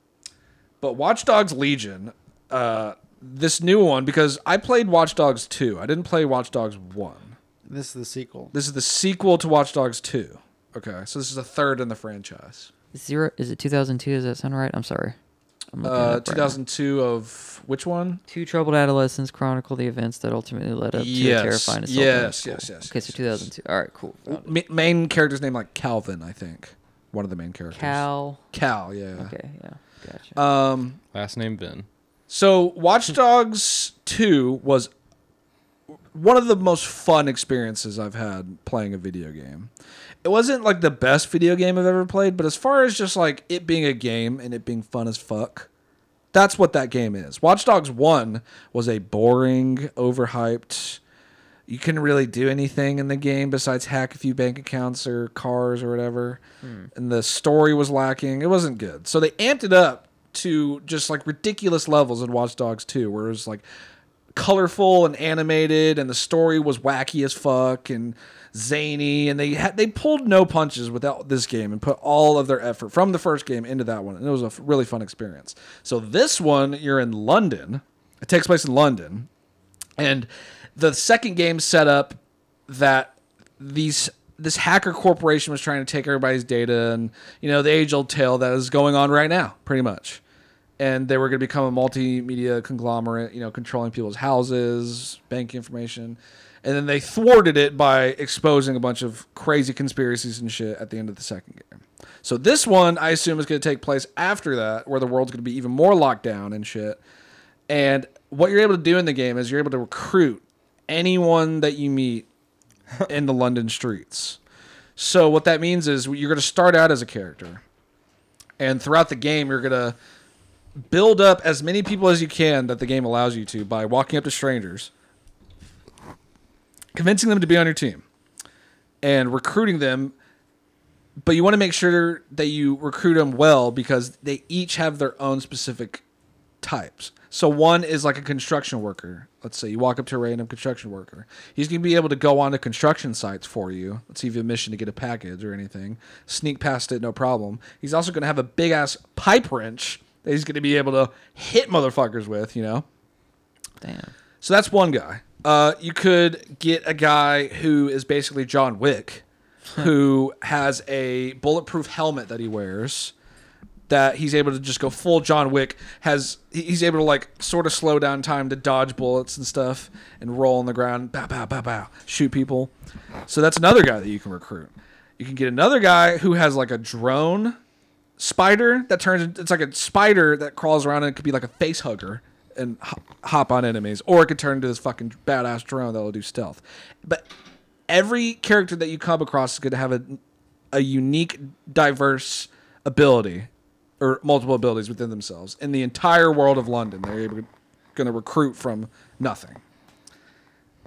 [SPEAKER 1] but Watch Dogs Legion, uh, this new one because I played Watch Dogs two. I didn't play Watch Dogs one.
[SPEAKER 3] This is the sequel.
[SPEAKER 1] This is the sequel to Watch Dogs two. Okay, so this is the third in the franchise.
[SPEAKER 2] Zero. Is it 2002? Does that sound right? I'm sorry. I'm looking it
[SPEAKER 1] Uh,
[SPEAKER 2] up right now.
[SPEAKER 1] 2002 of which one?
[SPEAKER 2] Two troubled adolescents chronicle the events that ultimately led up to
[SPEAKER 1] Yes,
[SPEAKER 2] a terrifying assault.
[SPEAKER 1] yes,
[SPEAKER 2] on a school.
[SPEAKER 1] yes, yes,
[SPEAKER 2] Okay,
[SPEAKER 1] yes,
[SPEAKER 2] so 2002. All right, cool. Found it.
[SPEAKER 1] Ma- main character's name like Calvin, I think. One of the main characters.
[SPEAKER 2] Cal.
[SPEAKER 1] Cal, yeah.
[SPEAKER 2] Okay, yeah, gotcha.
[SPEAKER 1] Um.
[SPEAKER 4] last name Ben.
[SPEAKER 1] So
[SPEAKER 2] [LAUGHS]
[SPEAKER 1] Watch Dogs Two was one of the most fun experiences I've had playing a video game. It wasn't like the best video game I've ever played, but as far as just like it being a game and it being fun as fuck, that's what that game is. Watch Dogs 1 was a boring, overhyped. You couldn't really do anything in the game besides hack a few bank accounts or cars or whatever. And the story was lacking. It wasn't good. So they amped it up to just like ridiculous levels in Watch Dogs 2, where it was like colorful and animated and the story was wacky as fuck and zany and they had they pulled no punches without this game and put all of their effort from the first game into that one and it was a f- really fun experience so this one you're in london it takes place in london and the second game set up that these this hacker corporation was trying to take everybody's data and you know the age old tale that is going on right now, pretty much. And they were going to become a multimedia conglomerate, you know, controlling people's houses, bank information. And then they thwarted it by exposing a bunch of crazy conspiracies and shit at the end of the second game. So this one, I assume, is going to take place after that, where the world's going to be even more locked down and shit. And what you're able to do in the game is you're able to recruit anyone that you meet in the London streets. So what that means is you're going to start out as a character, and throughout the game you're going to build up as many people as you can that the game allows you to by walking up to strangers, convincing them to be on your team, and recruiting them. But you want to make sure that you recruit them well because they each have their own specific types. So one is like a construction worker. Let's say you walk up to a random construction worker. He's going to be able to go onto construction sites for you. Let's see if you have a mission to get a package or anything. Sneak past it, no problem. He's also going to have a big ass pipe wrench that he's going to be able to hit motherfuckers with, you know?
[SPEAKER 2] Damn.
[SPEAKER 1] So that's one guy. Uh, you could get a guy who is basically John Wick, who has a bulletproof helmet that he wears. That he's able to just go full John Wick has he- he's able to like sort of slow down time to dodge bullets and stuff and roll on the ground, bow bow bow bow, shoot people. So that's another guy that you can recruit. You can get another guy who has like a drone spider that turns it's like a spider that crawls around and it could be like a face hugger and ho- hop on enemies or it could turn into this fucking badass drone that'll do stealth but every character that you come across is going to have a, a unique diverse ability or multiple abilities within themselves in the entire world of london they're going to recruit from nothing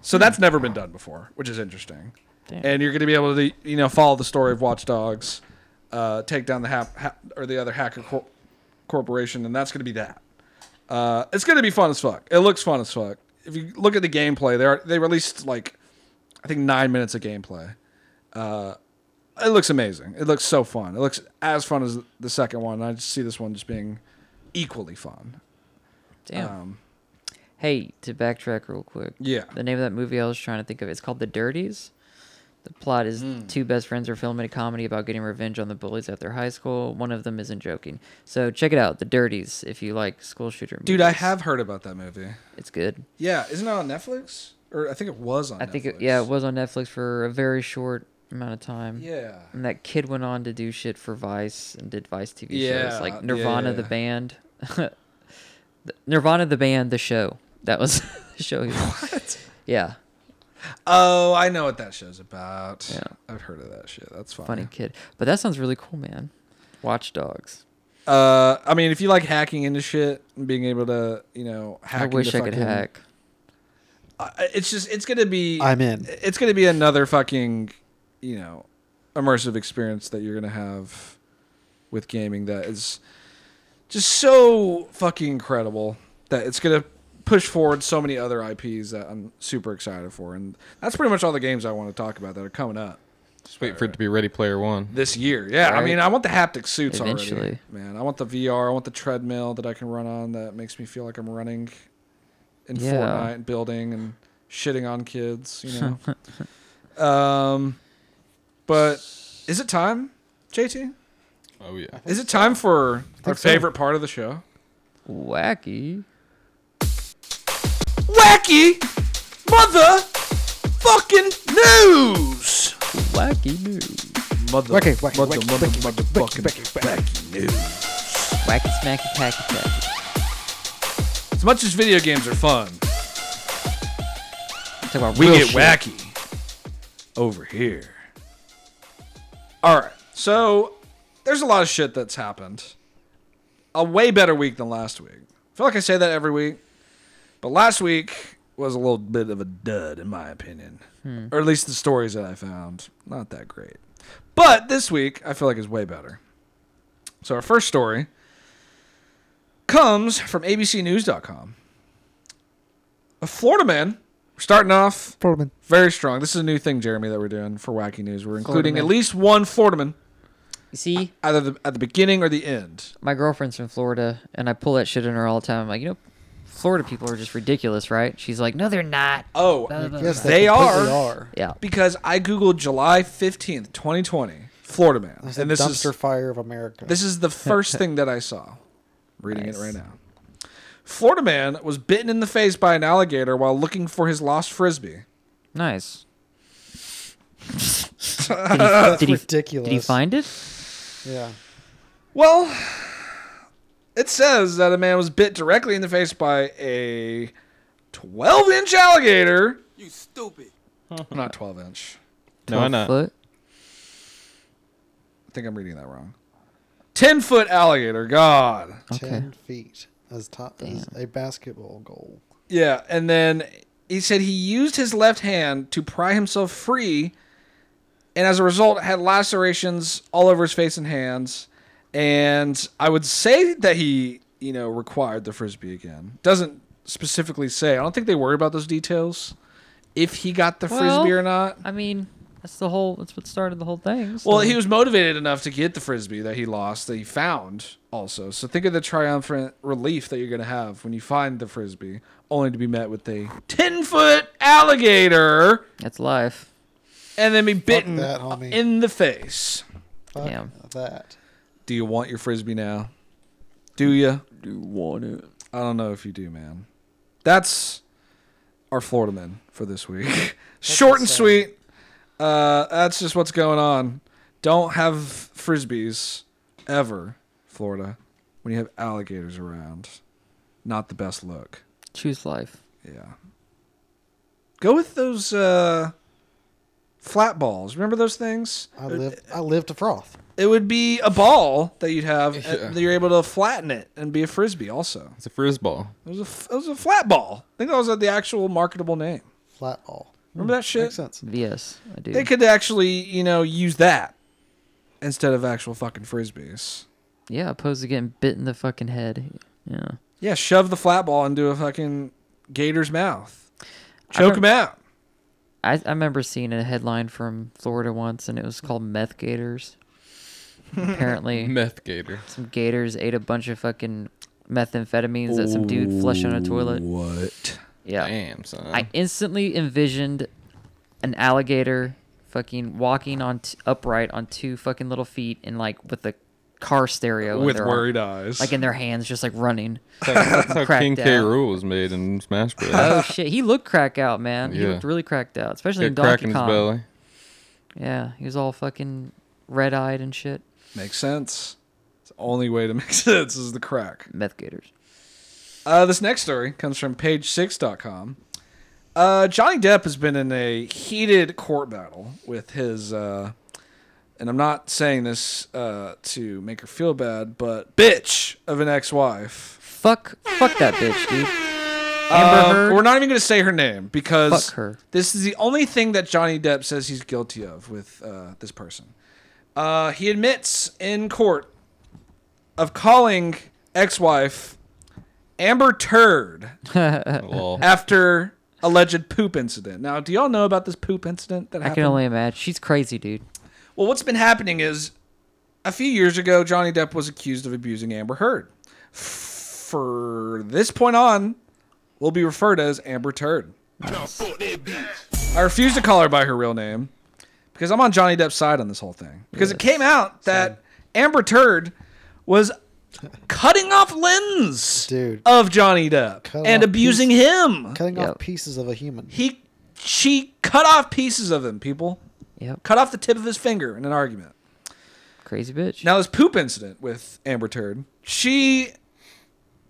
[SPEAKER 1] so that's never been done before, which is interesting.
[SPEAKER 2] Damn.
[SPEAKER 1] And you're going to be able to, you know, follow the story of Watch Dogs, uh, take down the hap- ha- or the other hacker cor- corporation, and that's going to be that. Uh, it's going to be fun as fuck. It looks fun as fuck. If you look at the gameplay, they are, they released like I think nine minutes of gameplay. Uh, it looks amazing. It looks so fun. It looks as fun as the second one. I just see this one just being equally fun.
[SPEAKER 2] Damn. hey, to backtrack real quick.
[SPEAKER 1] um, Yeah.
[SPEAKER 2] The name of that movie I was trying to think of it's called The Dirties. The plot is
[SPEAKER 1] Hmm.
[SPEAKER 2] two best friends are filming a comedy about getting revenge on the bullies at their high school. One of them isn't joking. So check it out, The Dirties, if you like school shooter movies.
[SPEAKER 1] Dude, I have heard about that movie.
[SPEAKER 2] It's good.
[SPEAKER 1] Yeah, isn't it on Netflix? Or I think it was on.
[SPEAKER 2] I think it,
[SPEAKER 1] Netflix.
[SPEAKER 2] yeah, it was on Netflix for a very short amount of time.
[SPEAKER 1] Yeah.
[SPEAKER 2] And that kid went on to do shit for Vice and did Vice TV
[SPEAKER 1] Yeah,
[SPEAKER 2] shows
[SPEAKER 1] yeah,
[SPEAKER 2] like Nirvana the
[SPEAKER 1] yeah.
[SPEAKER 2] band, [LAUGHS] The- Nirvana the band, the show. That was [LAUGHS] the show. He was. Yeah,
[SPEAKER 1] Oh, I know what that show's about.
[SPEAKER 2] Yeah.
[SPEAKER 1] I've heard of that shit. That's funny.
[SPEAKER 2] funny kid. But that sounds really cool, man. Watch Dogs.
[SPEAKER 1] Uh, I mean, if you like hacking into shit and being able to, you know, hack.
[SPEAKER 2] I wish
[SPEAKER 1] into
[SPEAKER 2] I could
[SPEAKER 1] fucking-
[SPEAKER 2] hack.
[SPEAKER 1] Uh, it's just, it's gonna be.
[SPEAKER 3] I'm in.
[SPEAKER 1] It's gonna be another fucking, you know, immersive experience that you're gonna have with gaming that is just so fucking incredible that it's gonna push forward so many other IPs that I'm super excited for, and that's pretty much all the games I want to talk about that are coming up.
[SPEAKER 4] Just wait for it to be Ready Player One.
[SPEAKER 1] this year. Yeah, I
[SPEAKER 2] Right.
[SPEAKER 1] mean, I want the haptic suits already,
[SPEAKER 2] Eventually.
[SPEAKER 1] man. I want the VR. I want the treadmill that I can run on that makes me feel like I'm running in
[SPEAKER 2] Yeah.
[SPEAKER 1] Fortnite, and building and shitting on kids. You know. um, but is it time, JT?
[SPEAKER 4] Oh yeah.
[SPEAKER 1] Is it time for our
[SPEAKER 3] so.
[SPEAKER 1] favorite part of the show?
[SPEAKER 2] Wacky.
[SPEAKER 1] Wacky mother fucking news.
[SPEAKER 2] Wacky news.
[SPEAKER 1] Mother,
[SPEAKER 3] Wacky, wacky,
[SPEAKER 1] mother,
[SPEAKER 3] wacky,
[SPEAKER 1] mother,
[SPEAKER 3] wacky,
[SPEAKER 1] mother,
[SPEAKER 3] wacky,
[SPEAKER 1] fucking
[SPEAKER 3] wacky, wacky.
[SPEAKER 1] wacky news.
[SPEAKER 2] Wacky smacky packy packy.
[SPEAKER 1] As much as video games are fun,
[SPEAKER 2] Talk about
[SPEAKER 1] We
[SPEAKER 2] real
[SPEAKER 1] get
[SPEAKER 2] shit.
[SPEAKER 1] wacky over here. All right. So there's a lot of shit that's happened. A way better week than last week. I feel like I say that every week, but last week was a little bit of a dud, in my opinion. Or at least the stories that I found, not that great. But this week, I feel like is way better. So our first story comes from abcnews.com. A Florida man, we're starting off
[SPEAKER 3] Portman.
[SPEAKER 1] very strong. This is a new thing, Jeremy, that we're doing for Wacky News. We're including
[SPEAKER 2] Florida
[SPEAKER 1] at
[SPEAKER 2] man.
[SPEAKER 1] least one Florida man,
[SPEAKER 2] You see,
[SPEAKER 1] either the, at the beginning or the end.
[SPEAKER 2] my girlfriend's from Florida, and I pull that shit in her all the time. I'm like, you know, Florida people are just ridiculous, right? She's like, no, they're not.
[SPEAKER 1] Oh,
[SPEAKER 3] Yes,
[SPEAKER 1] They
[SPEAKER 3] they, completely
[SPEAKER 1] are.
[SPEAKER 3] are.
[SPEAKER 2] Yeah.
[SPEAKER 1] because I googled July 15th, 2020, Florida man.
[SPEAKER 3] That's
[SPEAKER 1] And
[SPEAKER 3] the
[SPEAKER 1] this is,
[SPEAKER 3] dumpster fire of America.
[SPEAKER 1] this is the first thing that I saw. Reading
[SPEAKER 2] Nice.
[SPEAKER 1] it right now. Florida man was bitten in the face by an alligator while looking for his lost frisbee.
[SPEAKER 2] Nice. did, he, did, he,
[SPEAKER 3] ridiculous.
[SPEAKER 2] did he find it?
[SPEAKER 3] Yeah.
[SPEAKER 1] Well, it says that a man was bit directly in the face by a 12 inch alligator. You stupid. Not 12 inch.
[SPEAKER 4] No, why not?
[SPEAKER 2] Foot?
[SPEAKER 1] I think I'm reading that wrong. Ten foot alligator. God.
[SPEAKER 2] Okay.
[SPEAKER 3] Ten feet as top as
[SPEAKER 2] Damn.
[SPEAKER 3] a basketball goal.
[SPEAKER 1] Yeah, and then he said he used his left hand to pry himself free, and as a result, had lacerations all over his face and hands. And I would say that he, you know, required the frisbee again. Doesn't specifically say. I don't think they worry about those details. If he got the frisbee
[SPEAKER 2] Well,
[SPEAKER 1] or not.
[SPEAKER 2] I mean, that's the whole. That's what started the whole thing.
[SPEAKER 1] Well,
[SPEAKER 2] so-
[SPEAKER 1] he was motivated enough to get the frisbee that he lost that he found also. So think of the triumphant relief that you're going to have when you find the frisbee, only to be met with a 10 foot alligator
[SPEAKER 2] That's life.
[SPEAKER 1] and then be bitten
[SPEAKER 3] that, homie.
[SPEAKER 1] in the face.
[SPEAKER 3] Fuck
[SPEAKER 2] Yeah.
[SPEAKER 3] that.
[SPEAKER 1] Do you want your frisbee now? Do you?
[SPEAKER 2] Do want it?
[SPEAKER 1] I don't know if you do, man. That's our Florida men for this
[SPEAKER 2] [LAUGHS]
[SPEAKER 1] week. [LAUGHS] Short and
[SPEAKER 3] insane.
[SPEAKER 1] sweet. Uh, that's just what's going on. Don't have frisbees ever, Florida, when you have alligators around. Not the best look.
[SPEAKER 2] Choose life.
[SPEAKER 1] Yeah. Go with those uh, flat balls. Remember those things?
[SPEAKER 3] I live. I live to froth.
[SPEAKER 1] It would be a ball that you'd have.
[SPEAKER 4] Yeah.
[SPEAKER 1] and You're able to flatten it and be a frisbee. Also,
[SPEAKER 4] It's a frisball.
[SPEAKER 1] it was a f- it was a flat ball. I think that was uh, the actual marketable name.
[SPEAKER 3] Flat ball.
[SPEAKER 1] Remember that shit?
[SPEAKER 3] Makes sense.
[SPEAKER 2] Yes, I do.
[SPEAKER 1] They could actually, you know, use that instead of actual fucking frisbees.
[SPEAKER 2] yeah, opposed to getting bit in the fucking head. Yeah.
[SPEAKER 1] Yeah, shove the flat ball into a fucking gator's mouth.
[SPEAKER 2] I
[SPEAKER 1] Choke
[SPEAKER 2] don't-
[SPEAKER 1] him out.
[SPEAKER 2] I, I remember seeing a headline from Florida once, and it was called Meth Gators. [LAUGHS] Apparently,
[SPEAKER 4] Meth gator.
[SPEAKER 2] some gators ate a bunch of fucking methamphetamines that some dude flushed on a toilet.
[SPEAKER 1] What?
[SPEAKER 2] Yeah.
[SPEAKER 4] Damn, son.
[SPEAKER 2] I instantly envisioned an alligator fucking walking on t- upright on two fucking little feet and like with the car stereo in
[SPEAKER 1] With
[SPEAKER 2] their arm-
[SPEAKER 1] worried eyes.
[SPEAKER 2] like in their hands, just like
[SPEAKER 1] [LAUGHS]
[SPEAKER 2] running.
[SPEAKER 4] That's how- that's how
[SPEAKER 2] Cracked
[SPEAKER 4] King K.
[SPEAKER 2] out.
[SPEAKER 4] Rule was made in Smash Bros.
[SPEAKER 2] Oh shit, he looked crack out, man. He
[SPEAKER 4] Yeah.
[SPEAKER 2] looked really cracked out, especially in
[SPEAKER 4] Got crack in
[SPEAKER 2] Donkey
[SPEAKER 4] his
[SPEAKER 2] Kong.
[SPEAKER 4] [LAUGHS] belly.
[SPEAKER 2] Yeah, he was all fucking red eyed and shit.
[SPEAKER 1] Makes sense. It's the only way to [LAUGHS] make sense is the crack.
[SPEAKER 2] Meth Gators.
[SPEAKER 1] Uh, this next story comes from page6.com. Uh, Johnny Depp has been in a heated court battle with his, uh, and I'm not saying this uh, to make her feel bad, but bitch of an ex wife.
[SPEAKER 2] Fuck, fuck that bitch, dude. Amber Heard.
[SPEAKER 1] Um, we're not even going to say her name because
[SPEAKER 2] Fuck her.
[SPEAKER 1] this is the only thing that Johnny Depp says he's guilty of with uh, this person. Uh, he admits in court of calling ex wife Amber Turd.
[SPEAKER 4] Lol.
[SPEAKER 1] after alleged poop incident. Now, do y'all know about this poop incident that
[SPEAKER 2] I
[SPEAKER 1] happened?
[SPEAKER 2] can only imagine. She's crazy, dude.
[SPEAKER 1] Well, what's been happening is a few years ago, Johnny Depp was accused of abusing Amber Heard. For this point on, will be referred as Amber Turd. I refuse to call her by her real name because I'm on Johnny Depp's side on this whole thing. Because it came out that Amber Turd was cutting off limbs
[SPEAKER 3] Dude.
[SPEAKER 1] of Johnny Depp
[SPEAKER 3] Cut
[SPEAKER 1] and
[SPEAKER 3] off
[SPEAKER 1] abusing him.
[SPEAKER 3] Cutting off
[SPEAKER 2] Yep.
[SPEAKER 3] pieces of a human.
[SPEAKER 1] He she cut off pieces of him, people.
[SPEAKER 2] Yep,
[SPEAKER 1] Cut off the tip of his finger in an argument.
[SPEAKER 2] crazy bitch.
[SPEAKER 1] Now this poop incident with Amber Turd, she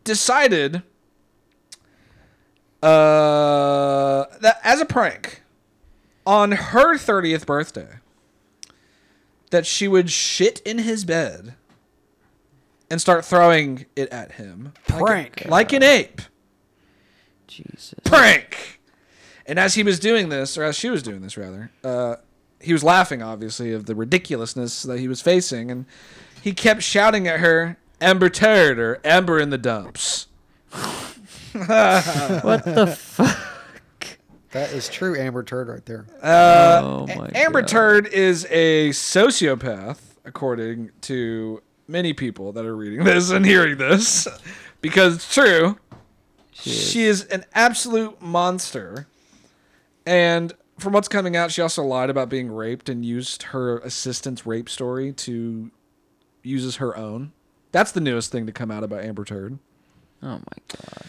[SPEAKER 1] decided uh that as a prank on her 30th birthday that she would shit in his bed and start throwing it at him
[SPEAKER 3] Prank.
[SPEAKER 1] like an ape
[SPEAKER 2] Jesus.
[SPEAKER 1] prank. And as he was doing this, or as she was doing this rather, uh, he was laughing obviously of the ridiculousness that he was facing, and he kept shouting at her, "Amber turd" or "Amber in the dumps."
[SPEAKER 2] What the fuck?
[SPEAKER 3] That is true Amber Turd right there.
[SPEAKER 1] Uh,
[SPEAKER 2] oh my
[SPEAKER 1] Amber
[SPEAKER 2] God.
[SPEAKER 1] Turd is a sociopath, according to many people that are reading [LAUGHS] this and hearing this, because it's true.
[SPEAKER 2] She is.
[SPEAKER 1] She is an absolute monster. And from what's coming out, she also lied about being raped and used her assistant's rape story to use as her own. That's the newest thing to come out about Amber Turd.
[SPEAKER 2] Oh my god.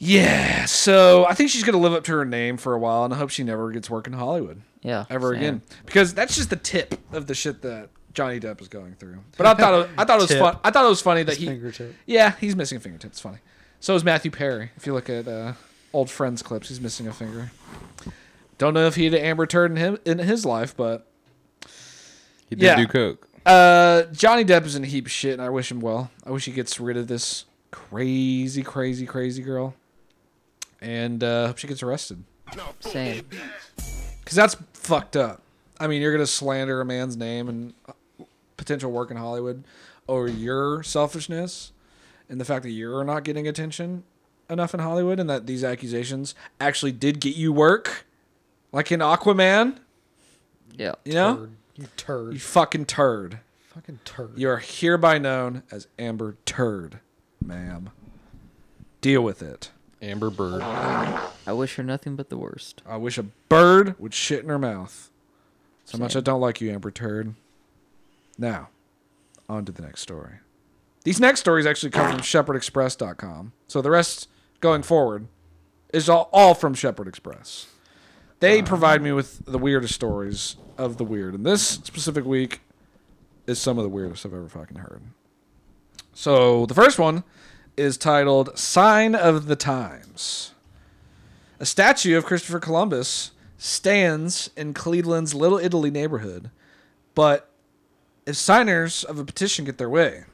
[SPEAKER 1] Yeah, so I think she's going to live up to her name for a while, and I hope she never gets work in Hollywood
[SPEAKER 2] Yeah.
[SPEAKER 1] ever
[SPEAKER 2] same.
[SPEAKER 1] again because that's just the tip of the shit that Johnny Depp is going through. But I thought it, I thought it was
[SPEAKER 3] Tip.
[SPEAKER 1] fun. I thought it was funny that
[SPEAKER 3] His
[SPEAKER 1] he
[SPEAKER 3] fingertip.
[SPEAKER 1] Yeah, he's missing a fingertip. It's funny. So is Matthew Perry. If you look at uh, old friends clips, he's missing a finger. Don't know if he had an amber turd in him in his life, but
[SPEAKER 4] He did
[SPEAKER 1] Yeah.
[SPEAKER 4] do coke.
[SPEAKER 1] Uh, Johnny Depp is in a heap of shit, and I wish him well. I wish he gets rid of this crazy, crazy, crazy girl, and uh, hope she gets arrested.
[SPEAKER 2] Same.
[SPEAKER 1] Because that's fucked up. I mean, you're going to slander a man's name and uh, potential work in Hollywood over your selfishness and the fact that you're not getting attention enough in Hollywood and that these accusations actually did get you work. Like in Aquaman,
[SPEAKER 2] Yeah.
[SPEAKER 1] you know?
[SPEAKER 3] Turd. You turd.
[SPEAKER 1] You fucking turd.
[SPEAKER 3] fucking turd.
[SPEAKER 1] You are hereby known as Amber Turd, ma'am. Deal with it.
[SPEAKER 4] Amber Bird.
[SPEAKER 2] I wish her nothing but the worst.
[SPEAKER 1] I wish a bird would shit in her mouth. So much I
[SPEAKER 2] Same.
[SPEAKER 1] don't like you, Amber Turd. Now, on to the next story. These next stories actually come from shepherdexpress.com. So the rest going forward is all, all from Shepherd Express. They provide me with the weirdest stories of the weird. And this specific week is some of the weirdest I've ever fucking heard. So the first one is titled Sign of the Times. A statue of Christopher Columbus stands in Cleveland's Little Italy neighborhood, but if signers of a petition get their way,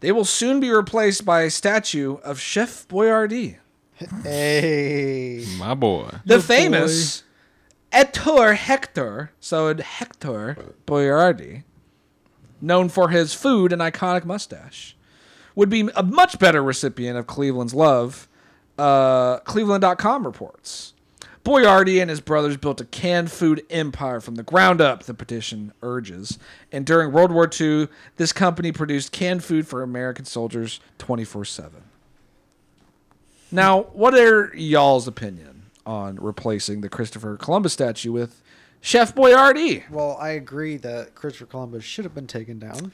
[SPEAKER 1] they will soon be replaced by a statue of Chef Boyardee,
[SPEAKER 3] Hey.
[SPEAKER 4] My boy.
[SPEAKER 1] the famous Ettore Hector, so Hector Boyardee, known for his food and iconic mustache, would be a much better recipient of Cleveland's love. Uh, Cleveland.com reports. Boyardee and his brothers built a canned food empire from the ground up, the petition urges. And during World War II, this company produced canned food for American soldiers 24 7. Now, what are y'all's opinion on replacing the Christopher Columbus statue with Chef Boyardee?
[SPEAKER 3] Well, I agree that Christopher Columbus should have been taken down.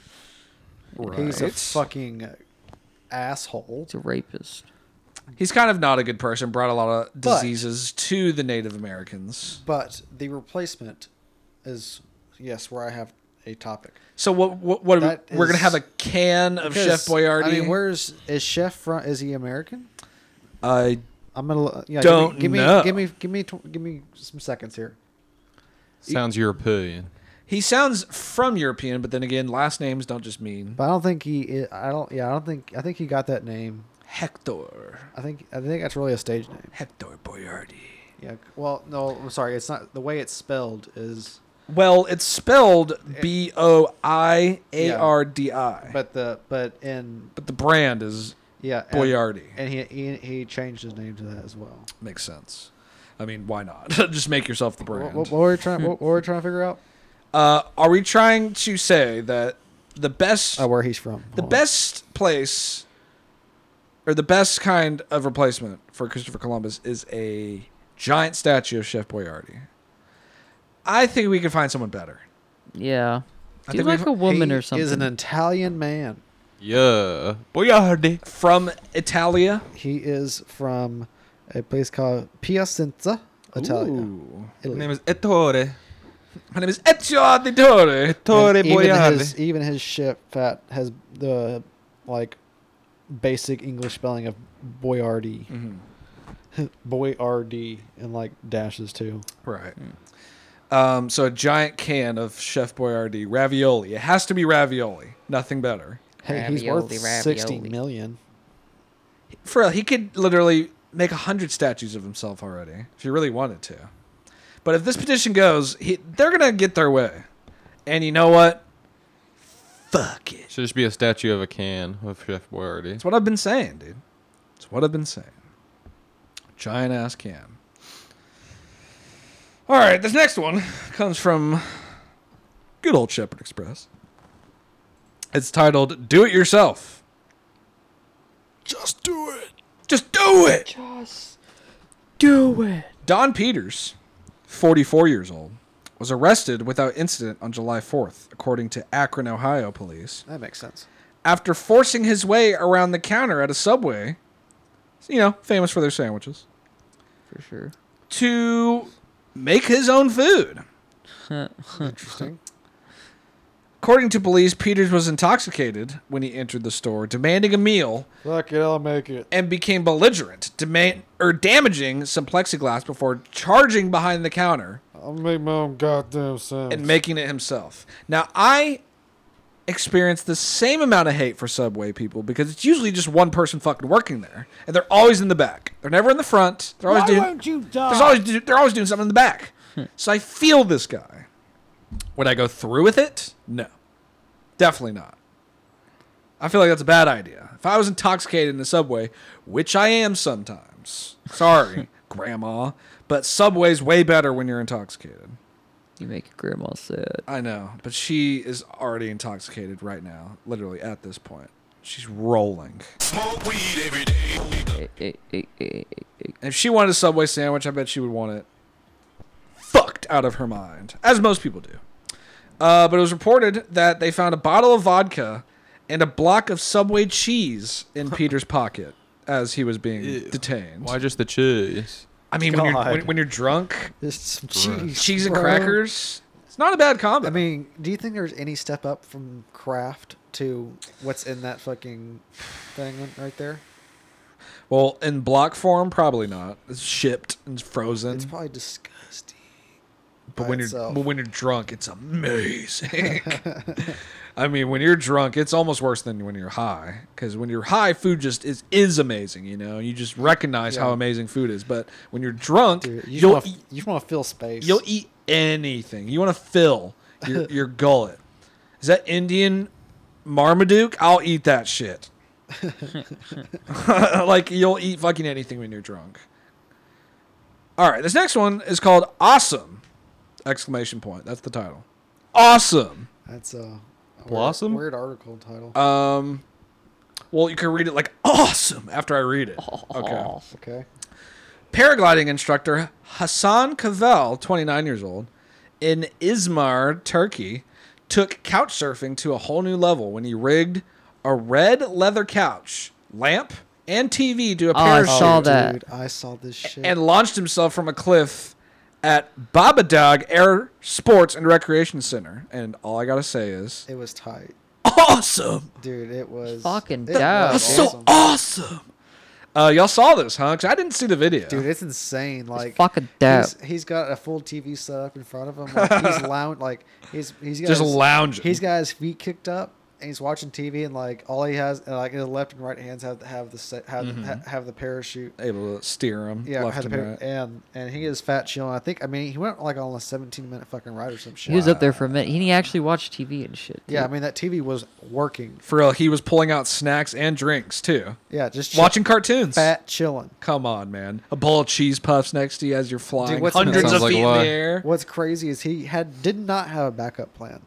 [SPEAKER 3] He's a fucking asshole.
[SPEAKER 2] It's a rapist.
[SPEAKER 1] He's kind of not a good person. Brought a lot of
[SPEAKER 3] But-
[SPEAKER 1] diseases to the Native Americans.
[SPEAKER 3] But the replacement is yes, where I have a topic.
[SPEAKER 1] So what? What? what
[SPEAKER 3] That
[SPEAKER 1] we're gonna
[SPEAKER 3] is-
[SPEAKER 1] have a can of Chef
[SPEAKER 3] Because,
[SPEAKER 1] Boyardee.
[SPEAKER 3] I mean, where's is Chef from? Is he American?
[SPEAKER 1] I
[SPEAKER 3] I'm gonna lo- yeah.
[SPEAKER 1] Don't
[SPEAKER 3] give me,
[SPEAKER 1] know.
[SPEAKER 3] Give me give me give me, tw- give me some seconds here.
[SPEAKER 4] Sounds European.
[SPEAKER 1] he sounds from European, but then again, last names don't just mean
[SPEAKER 3] But I don't think he. i- I don't. Yeah, I don't think. I think he got that name.
[SPEAKER 1] Hector.
[SPEAKER 3] I think. I think that's really a stage name.
[SPEAKER 1] Hector Boyardee.
[SPEAKER 3] Yeah. Well, no. I'm sorry. It's not the way it's spelled. Is
[SPEAKER 1] Well, it's spelled B O I A R D I,
[SPEAKER 3] but the but in
[SPEAKER 1] but the brand is
[SPEAKER 3] yeah and-
[SPEAKER 1] Boyardee.
[SPEAKER 3] and he, he he changed his name to that as well.
[SPEAKER 1] Makes sense. I mean, why not? [LAUGHS] Just make yourself the
[SPEAKER 3] What,
[SPEAKER 1] brand.
[SPEAKER 3] what, what were we trying? what, what were we trying to figure out?
[SPEAKER 1] Uh, are we trying to say that the best,
[SPEAKER 3] [LAUGHS] Oh, where he's from.
[SPEAKER 1] the
[SPEAKER 3] Hold on.
[SPEAKER 1] best place, or the best kind of replacement for Christopher Columbus is a giant statue of Chef Boyardee? I think we can find someone better.
[SPEAKER 2] Yeah.
[SPEAKER 1] I
[SPEAKER 2] Do
[SPEAKER 1] think
[SPEAKER 2] like
[SPEAKER 1] we've-
[SPEAKER 2] a woman
[SPEAKER 3] He
[SPEAKER 2] or something.
[SPEAKER 3] Is an Italian man.
[SPEAKER 4] Yeah. Boyardee.
[SPEAKER 1] From Italia,
[SPEAKER 3] He is from a place called Piacenza, Italia.
[SPEAKER 1] Ooh.
[SPEAKER 3] Italy.
[SPEAKER 4] is Ettore.
[SPEAKER 1] My name is Ezio Auditore.
[SPEAKER 3] And
[SPEAKER 4] Ettore
[SPEAKER 3] even his even his ship fat has the like basic English spelling of boyardee.
[SPEAKER 1] Mm-hmm.
[SPEAKER 3] boyardee and like dashes too.
[SPEAKER 1] Right. Um, so a giant can of Chef Boyardee ravioli. It has to be ravioli. Nothing better.
[SPEAKER 3] Hey, he's worth
[SPEAKER 2] Ravioli,
[SPEAKER 3] sixty
[SPEAKER 2] ravioli.
[SPEAKER 3] million.
[SPEAKER 1] For real, he could literally make a hundred statues of himself already if he really wanted to. But if this petition goes, he, they're gonna get their way. And you know what? Fuck it.
[SPEAKER 4] Should just be a statue of a can of Chef Boyardee.
[SPEAKER 1] It's what I've been saying, dude. It's what I've been saying. Giant ass can. All right, this next one comes from good old Shepherd Express. It's titled "Do It Yourself." Just do it. Just do it.
[SPEAKER 2] Just do it.
[SPEAKER 1] Don Peters, 44 years old, was arrested without incident on July 4th, according to Akron, Ohio police
[SPEAKER 3] That makes sense.
[SPEAKER 1] after forcing his way around the counter at a subway, you know, famous for their sandwiches,
[SPEAKER 2] For sure.
[SPEAKER 1] to make his own food.
[SPEAKER 3] Interesting.
[SPEAKER 1] According to police, Peters was intoxicated when he entered the store, demanding a meal
[SPEAKER 3] Fuck it, I'll make it.
[SPEAKER 1] and became belligerent, demand or damaging some plexiglass before charging behind the counter
[SPEAKER 3] I'll make my own goddamn sandwich.
[SPEAKER 1] and making it himself. Now, I experience the same amount of hate for Subway people because it's usually just one person fucking working there, and they're always in the back. They're never in the front. They're always
[SPEAKER 5] Why
[SPEAKER 1] doing.
[SPEAKER 5] won't you
[SPEAKER 1] There's
[SPEAKER 5] die?
[SPEAKER 1] always do- they're always doing something in the back. so I feel this guy. Would I go through with it? No, definitely not. I feel like that's a bad idea. If I was intoxicated in the subway, which I am sometimes, sorry, grandma, but subway's way better when you're intoxicated.
[SPEAKER 2] You make your grandma sad.
[SPEAKER 1] I know, but she is already intoxicated right now, literally at this point. She's rolling.
[SPEAKER 6] Smoke weed every day.
[SPEAKER 2] Eh, eh, eh, eh, eh.
[SPEAKER 1] And if she wanted a Subway sandwich, I bet she would want it fucked out of her mind, as most people do. Uh, but it was reported that they found a bottle of vodka and a block of Subway cheese
[SPEAKER 3] [LAUGHS]
[SPEAKER 1] in Peter's pocket as he was being detained.
[SPEAKER 4] Why just the cheese?
[SPEAKER 1] I mean, when you're,
[SPEAKER 3] God.
[SPEAKER 1] when, when you're drunk,
[SPEAKER 3] Just some cheese,
[SPEAKER 1] cheese and
[SPEAKER 3] bro.
[SPEAKER 1] crackers, it's not a bad combo.
[SPEAKER 3] I mean, do you think there's any step up from craft to what's in that fucking thing right there?
[SPEAKER 1] well, in block form, probably not. It's shipped and frozen.
[SPEAKER 3] It's probably disgusting.
[SPEAKER 1] But
[SPEAKER 3] by
[SPEAKER 1] when
[SPEAKER 3] itself.
[SPEAKER 1] you're but when you're drunk, it's
[SPEAKER 3] [LAUGHS]
[SPEAKER 1] amazing. [LAUGHS] I mean, when you're drunk, it's almost worse than when you're high because when you're high, food just is is amazing. You know, you just recognize how
[SPEAKER 3] Yeah.
[SPEAKER 1] amazing food is. But when you're drunk,
[SPEAKER 3] Dude, you
[SPEAKER 1] you'll e
[SPEAKER 3] want
[SPEAKER 1] eat,
[SPEAKER 3] you want to fill space.
[SPEAKER 1] you'll eat anything. You want to fill your your gullet. Is that Indian Marmaduke? I'll eat that shit. [LAUGHS] like you'll eat fucking anything when you're drunk. All right, this next one is called "Awesome!" Exclamation point. That's the title. Awesome.
[SPEAKER 3] That's a weird-
[SPEAKER 4] Blossom?
[SPEAKER 3] weird, article title.
[SPEAKER 1] Um, well, you can read it like "Awesome" after I read it. Okay.
[SPEAKER 3] okay,
[SPEAKER 1] Paragliding instructor Hassan Kavel, 29 years old, in Izmir, Turkey, took couch surfing to a whole new level when he rigged a red leather couch, lamp, and TV to a
[SPEAKER 2] Oh, I
[SPEAKER 1] parachute
[SPEAKER 2] saw that.
[SPEAKER 3] dude, I saw this shit.
[SPEAKER 1] and launched himself from a cliff at Babadag Air Sports and Recreation Center. And all I gotta say is,
[SPEAKER 3] it was tight,
[SPEAKER 1] awesome!
[SPEAKER 3] dude. It was
[SPEAKER 2] Fucking
[SPEAKER 3] it
[SPEAKER 2] dope.
[SPEAKER 3] was
[SPEAKER 1] That's so
[SPEAKER 3] awesome.
[SPEAKER 1] awesome! Uh, y'all saw this, huh? 'Cause I didn't see the video.
[SPEAKER 3] Dude, it's insane. Like
[SPEAKER 2] fucking
[SPEAKER 3] he's-
[SPEAKER 2] dope.
[SPEAKER 3] he's got a full TV set up in front of him.
[SPEAKER 2] [LAUGHS]
[SPEAKER 3] Like, he's lounge, like he's he's got
[SPEAKER 1] Just
[SPEAKER 3] his,
[SPEAKER 1] lounging.
[SPEAKER 3] He's got his feet kicked up and he's watching TV and like all he has and like his left and right hands have have the set, have
[SPEAKER 1] Mm-hmm.
[SPEAKER 3] ha, have the parachute.
[SPEAKER 1] able to steer him
[SPEAKER 3] Yeah,
[SPEAKER 1] left
[SPEAKER 3] had the
[SPEAKER 1] and
[SPEAKER 3] par-
[SPEAKER 1] right.
[SPEAKER 3] and and he is fat chilling. I think I mean he went like on a 17 minute fucking ride or some shit.
[SPEAKER 2] He was up there for a minute. He actually watched TV and shit.
[SPEAKER 3] yeah, I
[SPEAKER 2] dude.
[SPEAKER 3] mean that TV was working.
[SPEAKER 1] For real, he was pulling out snacks and drinks too.
[SPEAKER 3] Yeah, just chill-
[SPEAKER 1] Watching cartoons.
[SPEAKER 3] [LAUGHS] fat chilling.
[SPEAKER 1] Come on, man. A bowl of cheese puffs next to you as you're flying
[SPEAKER 3] what's-
[SPEAKER 1] hundreds
[SPEAKER 4] Sounds
[SPEAKER 1] of
[SPEAKER 4] like
[SPEAKER 1] feet
[SPEAKER 4] a
[SPEAKER 1] in
[SPEAKER 4] lie.
[SPEAKER 1] the air.
[SPEAKER 3] What's crazy is he had did not have a backup plan.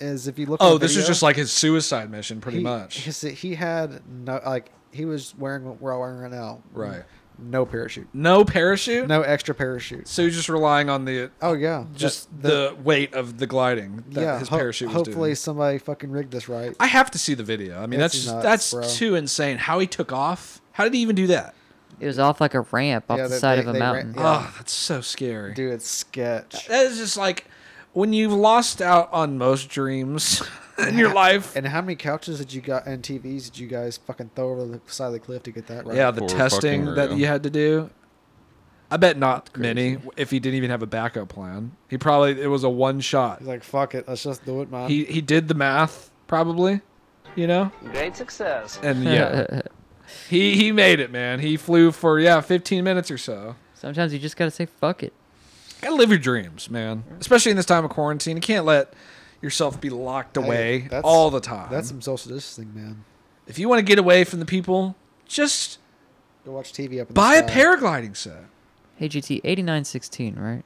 [SPEAKER 3] Is if you look. on
[SPEAKER 1] Oh,
[SPEAKER 3] the
[SPEAKER 1] this is
[SPEAKER 3] video-
[SPEAKER 1] just like his suicide mission, pretty
[SPEAKER 3] he,
[SPEAKER 1] much.
[SPEAKER 3] He, he had no like he was wearing what we're all wearing right now.
[SPEAKER 1] Right.
[SPEAKER 3] No parachute.
[SPEAKER 1] No parachute.
[SPEAKER 3] No extra parachutes.
[SPEAKER 1] So he's just relying on the
[SPEAKER 3] Oh yeah.
[SPEAKER 1] just
[SPEAKER 3] That-
[SPEAKER 1] the, weight of the gliding that his
[SPEAKER 3] ho-
[SPEAKER 1] parachute was
[SPEAKER 3] hopefully
[SPEAKER 1] doing.
[SPEAKER 3] somebody fucking rigged this right.
[SPEAKER 1] I have to see the video. I mean,
[SPEAKER 3] It's
[SPEAKER 1] that's just,
[SPEAKER 3] nuts,
[SPEAKER 1] that's
[SPEAKER 3] bro.
[SPEAKER 1] too insane. How he took off? How did he even do that?
[SPEAKER 2] It was off like a ramp off
[SPEAKER 3] Yeah,
[SPEAKER 2] the
[SPEAKER 3] they-
[SPEAKER 2] side
[SPEAKER 3] they-
[SPEAKER 2] of a
[SPEAKER 3] they ran-
[SPEAKER 2] mountain.
[SPEAKER 3] yeah.
[SPEAKER 1] Oh, that's so scary.
[SPEAKER 3] Dude, it's sketch.
[SPEAKER 1] That is just like when you've lost out on most dreams [LAUGHS] in your life.
[SPEAKER 3] [LAUGHS] And how many couches did you got and TVs did you guys fucking throw over the side of the cliff to get that right?
[SPEAKER 1] Yeah, the
[SPEAKER 4] For
[SPEAKER 1] testing
[SPEAKER 4] fucking
[SPEAKER 1] that
[SPEAKER 4] real.
[SPEAKER 1] you had to do. I bet not many. If he didn't even have a backup plan, he probably it was a one shot.
[SPEAKER 3] He's like, fuck it, let's just do it, man.
[SPEAKER 1] He he did the math probably, you know,
[SPEAKER 7] Great success.
[SPEAKER 2] [LAUGHS]
[SPEAKER 1] and yeah, he he made it, man. He flew for yeah, fifteen minutes or so.
[SPEAKER 2] Sometimes you just gotta say fuck it.
[SPEAKER 1] Gotta live your dreams, man. Especially in this time of quarantine, you can't let yourself be locked
[SPEAKER 3] Hey,
[SPEAKER 1] away
[SPEAKER 3] that's-
[SPEAKER 1] all the time.
[SPEAKER 3] That's some social distancing, man.
[SPEAKER 1] if you want to get away from the people, just
[SPEAKER 3] Go watch TV up in
[SPEAKER 1] buy
[SPEAKER 3] the
[SPEAKER 1] a
[SPEAKER 3] sky.
[SPEAKER 1] paragliding set.
[SPEAKER 2] Hey GT, eighty nine sixteen, right?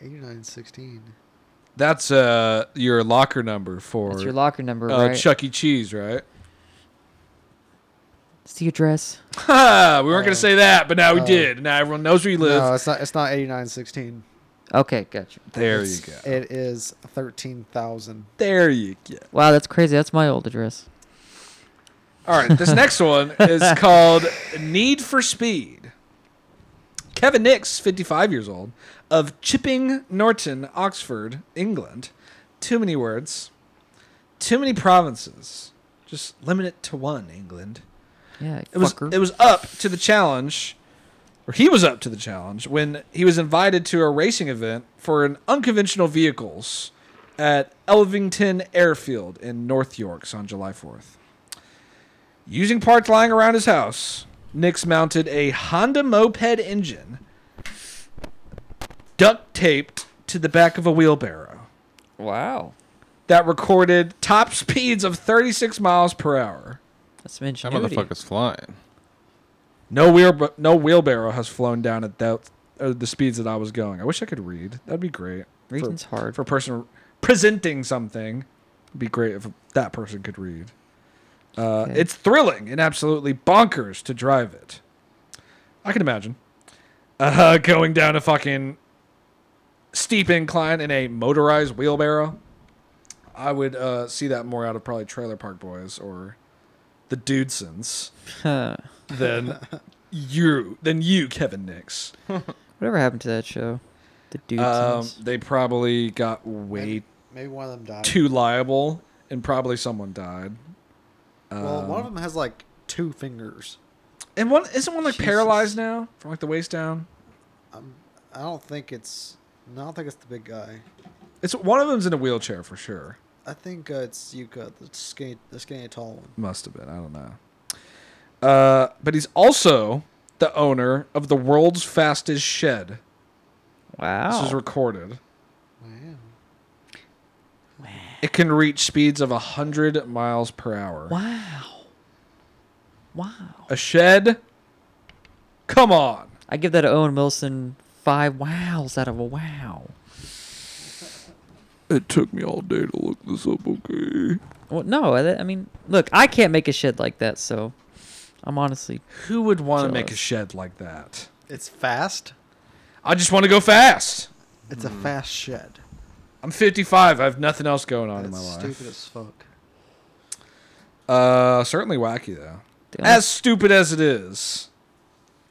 [SPEAKER 3] 8916.
[SPEAKER 1] That's uh your locker number for
[SPEAKER 2] That's your locker number,
[SPEAKER 1] uh,
[SPEAKER 2] right?
[SPEAKER 1] Chuck E. Cheese, right?
[SPEAKER 2] It's the address.
[SPEAKER 1] Ha! we weren't
[SPEAKER 2] Uh,
[SPEAKER 1] gonna say that, but now we
[SPEAKER 3] Oh.
[SPEAKER 1] did. Now everyone knows where you live.
[SPEAKER 3] No, it's not it's not 8916.
[SPEAKER 2] Okay, gotcha.
[SPEAKER 1] there you
[SPEAKER 3] It's-
[SPEAKER 1] go.
[SPEAKER 3] It is 13,000.
[SPEAKER 1] There you go.
[SPEAKER 2] Wow, that's crazy. That's my old address.
[SPEAKER 1] All right, this
[SPEAKER 2] [LAUGHS]
[SPEAKER 1] next one is called Need for Speed. Kevin Nix, 55 years old, of Chipping Norton, Oxford, England. Too many words, too many provinces. Just limit it to one, England.
[SPEAKER 2] Yeah,
[SPEAKER 1] It was
[SPEAKER 2] fucker.
[SPEAKER 1] it was up to the challenge, or he was up to the challenge when he was invited to a racing event for an unconventional vehicles at Elvington Airfield in North Yorks on July 4th. Using parts lying around his house, Nix mounted a Honda moped engine duct taped to the back of a wheelbarrow
[SPEAKER 2] Wow.
[SPEAKER 1] that recorded top [LAUGHS] speeds of 36 miles per hour.
[SPEAKER 2] That's some
[SPEAKER 4] That
[SPEAKER 2] ingenuity.
[SPEAKER 4] motherfucker's flying.
[SPEAKER 1] No wheel, no wheelbarrow has flown down at that or the speeds that I was going. I wish I could read. That'd be great. For-
[SPEAKER 2] Reading's hard.
[SPEAKER 1] for a person presenting something. It'd be great if that person could read. Uh,
[SPEAKER 2] Okay.
[SPEAKER 1] It's thrilling and absolutely bonkers to drive it. I can imagine uh, [LAUGHS] going down a fucking steep incline in a motorized wheelbarrow. I would uh, see that more out of probably Trailer Park Boys or the Dudesons
[SPEAKER 2] [LAUGHS] Huh.
[SPEAKER 1] than you, than you, Kevin Nix.
[SPEAKER 2] Whatever happened to that show? The dudes.
[SPEAKER 1] Um, they probably got way
[SPEAKER 3] Maybe one of them died.
[SPEAKER 1] too liable, and probably someone died. Um,
[SPEAKER 3] Well, one of them has like two fingers.
[SPEAKER 1] And one isn't one like
[SPEAKER 2] Jesus.
[SPEAKER 1] paralyzed now from like the waist down.
[SPEAKER 3] I don't think it's. No, I don't think it's the big guy.
[SPEAKER 1] It's one of them's in a wheelchair for sure.
[SPEAKER 3] I think uh, it's Yuka, the skinny, the skinny tall one.
[SPEAKER 1] Must have been. I don't know. Uh, but he's also the owner of the world's fastest shed.
[SPEAKER 2] wow.
[SPEAKER 1] This
[SPEAKER 3] Oh.
[SPEAKER 1] is recorded.
[SPEAKER 3] Wow.
[SPEAKER 1] It can reach speeds of hundred miles per hour.
[SPEAKER 2] wow. Wow.
[SPEAKER 1] A shed. Come on.
[SPEAKER 2] I give that to Owen Wilson five wows out of a wow.
[SPEAKER 4] It took me all day to look this up, okay?
[SPEAKER 2] Well, no, I, I mean, look, I can't make a shed like that, so I'm honestly.
[SPEAKER 1] Who would want to make a
[SPEAKER 2] Jealous.
[SPEAKER 1] shed like that?
[SPEAKER 3] It's fast.
[SPEAKER 1] I just want to go fast.
[SPEAKER 3] It's
[SPEAKER 1] Hmm.
[SPEAKER 3] a fast shed.
[SPEAKER 1] I'm 55. I have nothing else going on in my
[SPEAKER 3] That's
[SPEAKER 1] life.
[SPEAKER 3] stupid as fuck.
[SPEAKER 1] Uh, certainly wacky though.
[SPEAKER 2] the only-
[SPEAKER 1] As stupid as it is,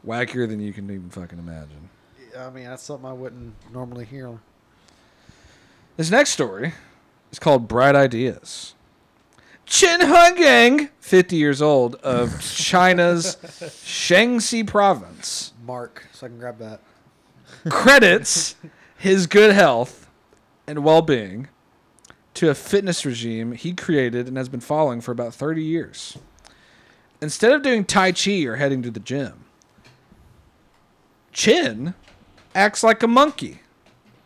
[SPEAKER 1] wackier than you can even fucking imagine.
[SPEAKER 3] I mean, that's something I wouldn't normally hear.
[SPEAKER 1] This next story is called Bright Ideas. Chen Hungang, 50 years old,
[SPEAKER 3] [LAUGHS]
[SPEAKER 1] of China's Shaanxi province,
[SPEAKER 3] Mark, so I can grab that.
[SPEAKER 1] credits his good health and well being to a fitness regime he created and has been following for about 30 years. Instead of doing Tai Chi or heading to the gym, Chin acts like a monkey,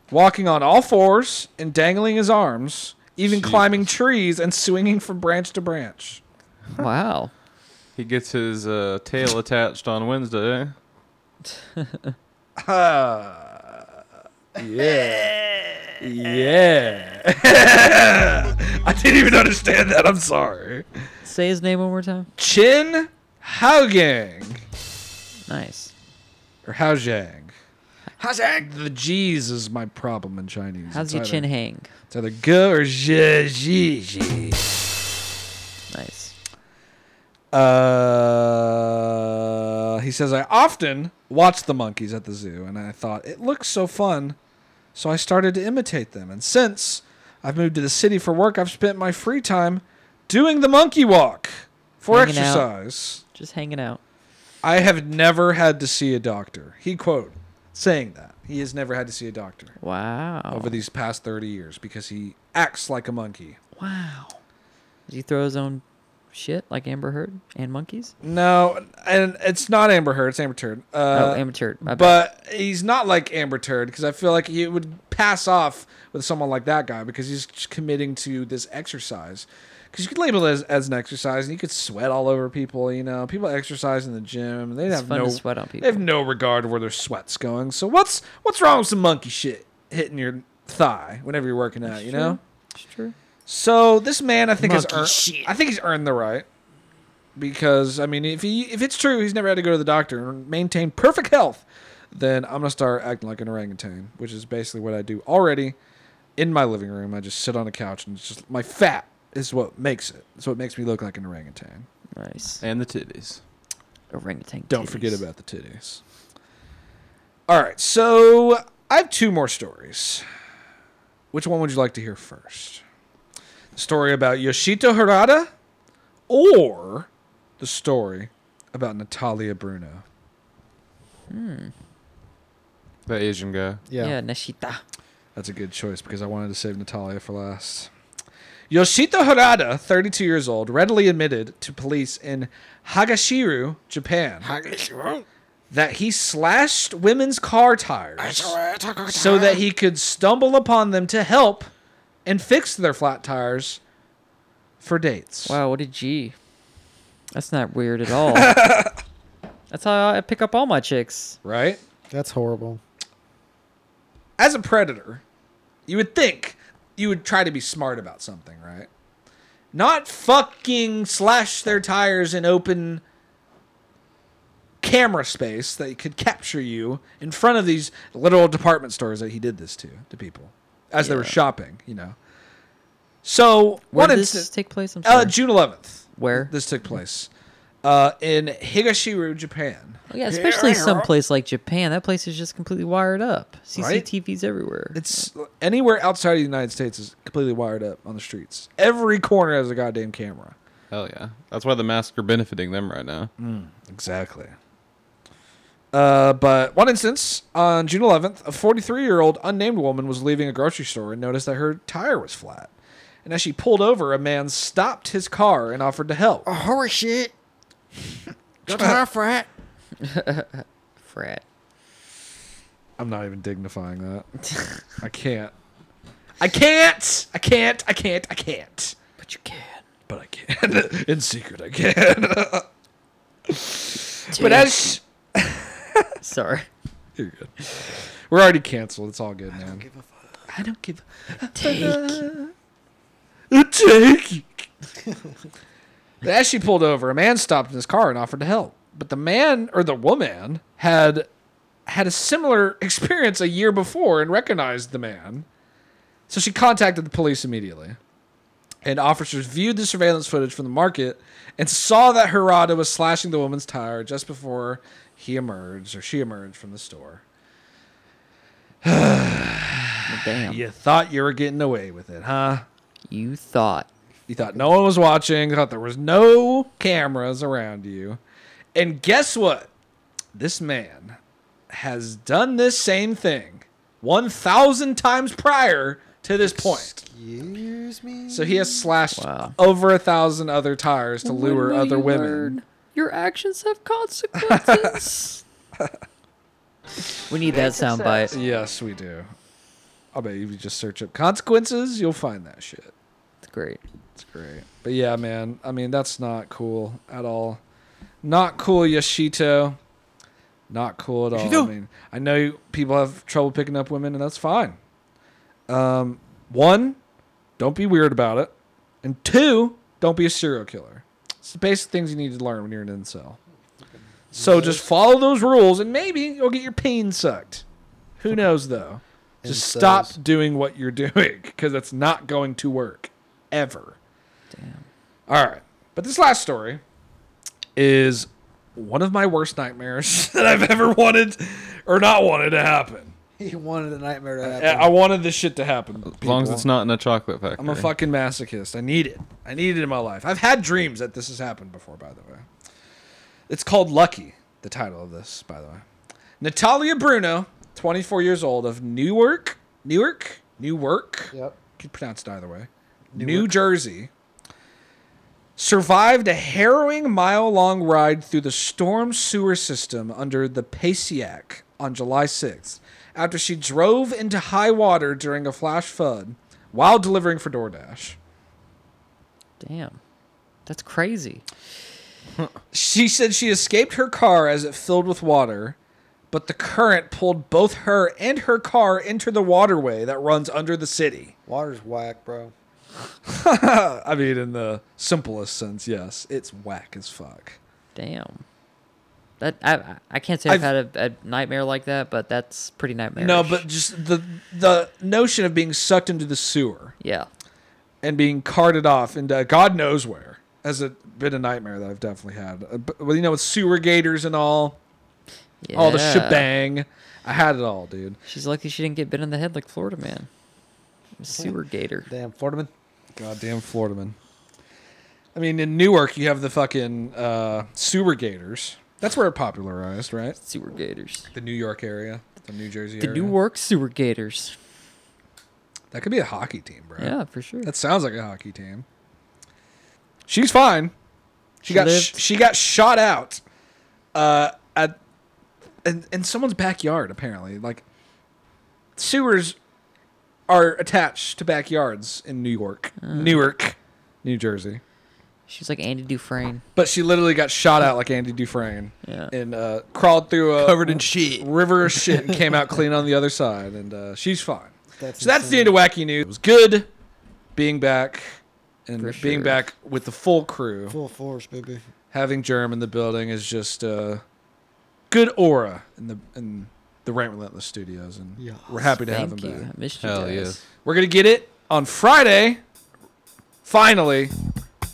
[SPEAKER 1] walking on all fours and dangling his arms, even
[SPEAKER 4] Jesus.
[SPEAKER 1] climbing trees and swinging from branch to branch.
[SPEAKER 2] wow.
[SPEAKER 4] He gets his uh, tail attached on Wednesday.
[SPEAKER 1] Yeah. [LAUGHS] I didn't even understand that. I'm sorry.
[SPEAKER 2] Say his name one more time.
[SPEAKER 1] Chin Haogang
[SPEAKER 2] Nice.
[SPEAKER 1] or Haojiang. Haojiang. The G's is my problem in Chinese.
[SPEAKER 2] How's
[SPEAKER 1] It's
[SPEAKER 2] your
[SPEAKER 1] either-
[SPEAKER 2] chin hang?
[SPEAKER 1] It's either G or Zhe Zhe Zhe.
[SPEAKER 2] Nice.
[SPEAKER 1] Uh, he says I often watch the monkeys at the zoo, and I thought it looks so fun, so I started to imitate them. And since I've moved to the city for work, I've spent my free time doing the monkey walk for
[SPEAKER 2] Hanging out.
[SPEAKER 1] exercise.
[SPEAKER 2] Just hanging out.
[SPEAKER 1] I have never had to see a doctor. He quote saying that he has never had to see a doctor
[SPEAKER 2] Wow.
[SPEAKER 1] over these past 30 years because he acts like a monkey.
[SPEAKER 2] Wow. Does he throw his own shit like Amber Heard and monkeys?
[SPEAKER 1] No, and it's not Amber Heard, it's Amber Turd. Uh,
[SPEAKER 2] oh, Amber Heard. My bad.
[SPEAKER 1] but he's not like Amber Turd because I feel like he would pass off with someone like that guy because he's just committing to this exercise. Because you could label it as, as an exercise, and you could sweat all over people. You know, people exercise in the gym, and they
[SPEAKER 2] It's
[SPEAKER 1] have
[SPEAKER 2] fun
[SPEAKER 1] no
[SPEAKER 2] to sweat on
[SPEAKER 1] They have
[SPEAKER 2] people.
[SPEAKER 1] no regard where their sweat's going. So what's what's wrong with some monkey shit hitting your thigh whenever you're working out? You know.
[SPEAKER 2] It's true.
[SPEAKER 1] So this man, I think, has
[SPEAKER 2] Monkey
[SPEAKER 1] earned.
[SPEAKER 2] shit.
[SPEAKER 1] I think he's earned the right because I mean, if he if it's true, he's never had to go to the doctor and maintain perfect health. Then I'm gonna start acting like an orangutan, which is basically what I do already in my living room. I just sit on a couch and it's just my fat is what makes it. It's what makes me look like an orangutan.
[SPEAKER 2] Nice.
[SPEAKER 4] And the titties.
[SPEAKER 2] Orangutan.
[SPEAKER 1] Don't
[SPEAKER 2] titties.
[SPEAKER 1] forget about the titties. All right, so I have two more stories. Which one would you like to hear first? The story about Yoshito Harada or the story about Natalia Bruno?
[SPEAKER 4] That Asian guy.
[SPEAKER 2] Yeah, Neshita.
[SPEAKER 1] That's a good choice because I wanted to save Natalia for last. Yoshito Harada, 32 years old, readily admitted to police in Hagashiru, Japan, that he slashed women's car tires so that he could stumble upon them to help and fix their flat tires for dates.
[SPEAKER 2] Wow, what a G. That's not weird
[SPEAKER 1] [LAUGHS]
[SPEAKER 2] at all. That's how I pick up all my chicks.
[SPEAKER 1] Right?
[SPEAKER 3] That's horrible.
[SPEAKER 1] as a predator, you would think you would try to be smart about something, right? Not fucking slash their tires in open camera space that could capture you in front of these literal department stores that he did this to to people as they were
[SPEAKER 2] Yeah.
[SPEAKER 1] shopping, you know. So
[SPEAKER 2] Where
[SPEAKER 1] one
[SPEAKER 2] did this
[SPEAKER 1] instance,
[SPEAKER 2] take place? I'm sorry.
[SPEAKER 1] uh, June eleventh,
[SPEAKER 2] Where?
[SPEAKER 1] this took place, uh, in Higashiru, Japan.
[SPEAKER 2] Oh, yeah, especially someplace like Japan. That place is just completely wired up.
[SPEAKER 1] Right?
[SPEAKER 2] CCTVs everywhere.
[SPEAKER 1] It's anywhere outside of the United States is completely wired up on the streets. Every corner has a goddamn camera.
[SPEAKER 4] Hell yeah. That's why the masks are benefiting them right now.
[SPEAKER 1] Exactly. Uh, but one instance on June 11th, a 43 year old unnamed woman was leaving a grocery store and noticed that her tire was flat. And as she pulled over, a man stopped his car and offered to help. [LAUGHS]
[SPEAKER 3] Holy shit. Got tire flat.
[SPEAKER 2] Frat.
[SPEAKER 1] I'm not even dignifying that. [LAUGHS] I can't. I can't. I can't. I can't. I can't.
[SPEAKER 2] But you can.
[SPEAKER 1] But I can. [LAUGHS] In secret, I can. but as.
[SPEAKER 2] [LAUGHS] Sorry.
[SPEAKER 1] You're good. We're already canceled. It's all good, man. I don't give a fuck. I don't give
[SPEAKER 2] Take.
[SPEAKER 1] a take. But As she pulled over, a man stopped in his car and offered to help. But the man or the woman had had a similar [LAUGHS] experience a year before and recognized the man. So she contacted the police immediately. And officers viewed the surveillance footage from the market and saw that Hirata was slashing the woman's tire just before he emerged or she emerged from the store.
[SPEAKER 2] Damn.
[SPEAKER 1] You thought you were getting away with it, huh?
[SPEAKER 2] You thought.
[SPEAKER 1] You thought no one was watching, thought there was no cameras around you. And guess what? This man has done this same thing 1,000 times prior to this point.
[SPEAKER 3] Excuse me.
[SPEAKER 1] So he has slashed
[SPEAKER 2] Wow.
[SPEAKER 1] over a thousand other tires to lure other women.
[SPEAKER 2] Your actions have consequences. we need that soundbite.
[SPEAKER 1] Yes, we do. I'll bet if you just search up consequences, you'll find that shit.
[SPEAKER 2] It's great.
[SPEAKER 1] It's great. But yeah, man, I mean, that's not cool at all. Not cool, Yoshito. Not cool at all. I
[SPEAKER 4] Yoshito.
[SPEAKER 1] mean, I know you- people have trouble picking up women, and that's fine. Um, one, don't be weird about it. And two, don't be a serial killer. It's the basic things you need to learn when you're an incel. So just follow those rules, and maybe you'll get your peen sucked. Who knows, though? Just stop
[SPEAKER 3] Incels.
[SPEAKER 1] doing what you're [LAUGHS] doing because that's not going to work ever. Damn. All right. But this last story is one of my worst nightmares [LAUGHS] that I've ever wanted or not wanted to happen.
[SPEAKER 3] He wanted a nightmare to
[SPEAKER 1] I- Uh, I
[SPEAKER 3] happen.
[SPEAKER 1] wanted this shit to happen.
[SPEAKER 4] As long as
[SPEAKER 1] people.
[SPEAKER 4] it's not in a chocolate factory.
[SPEAKER 1] I'm a fucking masochist. I need it. I need it in my life. I've had dreams that this has happened before, by the way. It's called Lucky, the title of this, by the way. Natalia Bruno, 24 years old, of Newark, Newark, Newark.
[SPEAKER 3] Yep.
[SPEAKER 1] You can pronounce it either way. New Jersey survived a harrowing mile-long ride through the storm sewer system under the Pasiac on July 6th after she drove into high water during a flash flood while delivering for DoorDash.
[SPEAKER 2] Damn. That's crazy.
[SPEAKER 1] She said she escaped her car as it filled with water, but the current pulled both her and her car into the waterway that runs under the city.
[SPEAKER 3] Water's whack, bro.
[SPEAKER 1] I mean, in the simplest sense, yes, it's whack as fuck.
[SPEAKER 2] Damn. That I- I I can't say I've,
[SPEAKER 1] I've-
[SPEAKER 2] had a, a nightmare like that, but that's pretty nightmare.
[SPEAKER 1] No, but just the the notion of being sucked into the sewer
[SPEAKER 2] yeah,
[SPEAKER 1] and being carted off into God knows where has a, been a nightmare that I've definitely had. Uh, But, well, you know, with sewer gators and all, all the
[SPEAKER 2] Yeah.
[SPEAKER 1] shebang. I had it all, dude.
[SPEAKER 2] She's lucky she didn't get bit in the head like Florida man.
[SPEAKER 1] [LAUGHS]
[SPEAKER 2] Sewer gator.
[SPEAKER 3] Damn, Fortiman.
[SPEAKER 1] Goddamn Florida man. I mean, in Newark, you have the fucking uh, sewer gators. That's where it popularized, right?
[SPEAKER 2] Sewer gators.
[SPEAKER 1] The New York area, the New Jersey
[SPEAKER 2] The
[SPEAKER 1] area.
[SPEAKER 2] New York sewer gators.
[SPEAKER 1] That could be a hockey team, bro.
[SPEAKER 2] Yeah, for sure.
[SPEAKER 1] That sounds like a hockey team. She's fine. She,
[SPEAKER 2] She
[SPEAKER 1] got sh-
[SPEAKER 2] lived.
[SPEAKER 1] she got shot out uh at in, in someone's backyard apparently. Like sewers are attached to backyards in New York.
[SPEAKER 2] Ah.
[SPEAKER 1] Newark, New Jersey.
[SPEAKER 2] She's like Andy Dufresne.
[SPEAKER 1] But she literally got shot out like Andy Dufresne
[SPEAKER 2] Yeah.
[SPEAKER 1] and uh, crawled through a
[SPEAKER 5] Covered in shit.
[SPEAKER 1] river of shit and came out clean on the other side. And uh, she's fine.
[SPEAKER 3] That's
[SPEAKER 1] so that's the end
[SPEAKER 3] insane.
[SPEAKER 1] of Wacky News. It was good being back and
[SPEAKER 2] For
[SPEAKER 1] being
[SPEAKER 2] sure.
[SPEAKER 1] back with the full crew.
[SPEAKER 3] Full force, baby.
[SPEAKER 1] Having Germ in the building is just uh, good aura in the in the Rant Relentless Studios, and
[SPEAKER 3] Yes.
[SPEAKER 1] we're happy to have
[SPEAKER 2] Thank
[SPEAKER 1] him
[SPEAKER 2] you.
[SPEAKER 1] back.
[SPEAKER 2] I missed you
[SPEAKER 4] Hell
[SPEAKER 2] guys.
[SPEAKER 4] yes.
[SPEAKER 1] We're gonna get it on Friday. Finally,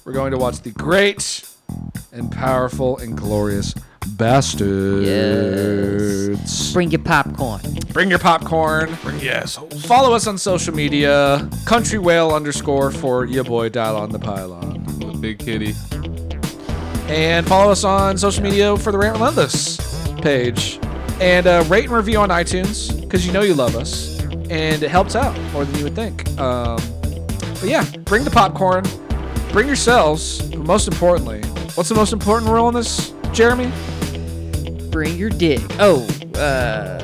[SPEAKER 1] we're going to watch the great and powerful and glorious Bastards.
[SPEAKER 2] Bring your popcorn.
[SPEAKER 1] Bring your popcorn. Bring your assholes. Follow us on social media. Country Whale underscore for your boy Dial on the Pylon.
[SPEAKER 4] With Big Kitty.
[SPEAKER 1] And follow us on social media for the Rant Relentless page. And uh, rate and review on iTunes because you know you love us. And it helps out more than you would think. Um, but yeah, bring the popcorn. Bring yourselves. But most importantly, what's the most important rule in this, Jeremy?
[SPEAKER 2] Bring your dick. Oh, uh,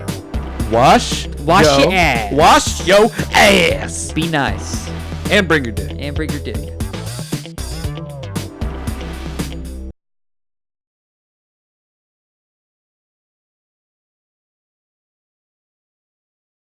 [SPEAKER 1] Wash.
[SPEAKER 2] Wash your ass.
[SPEAKER 1] Wash your ass.
[SPEAKER 2] be nice
[SPEAKER 1] And bring your dick.
[SPEAKER 2] and bring your dick.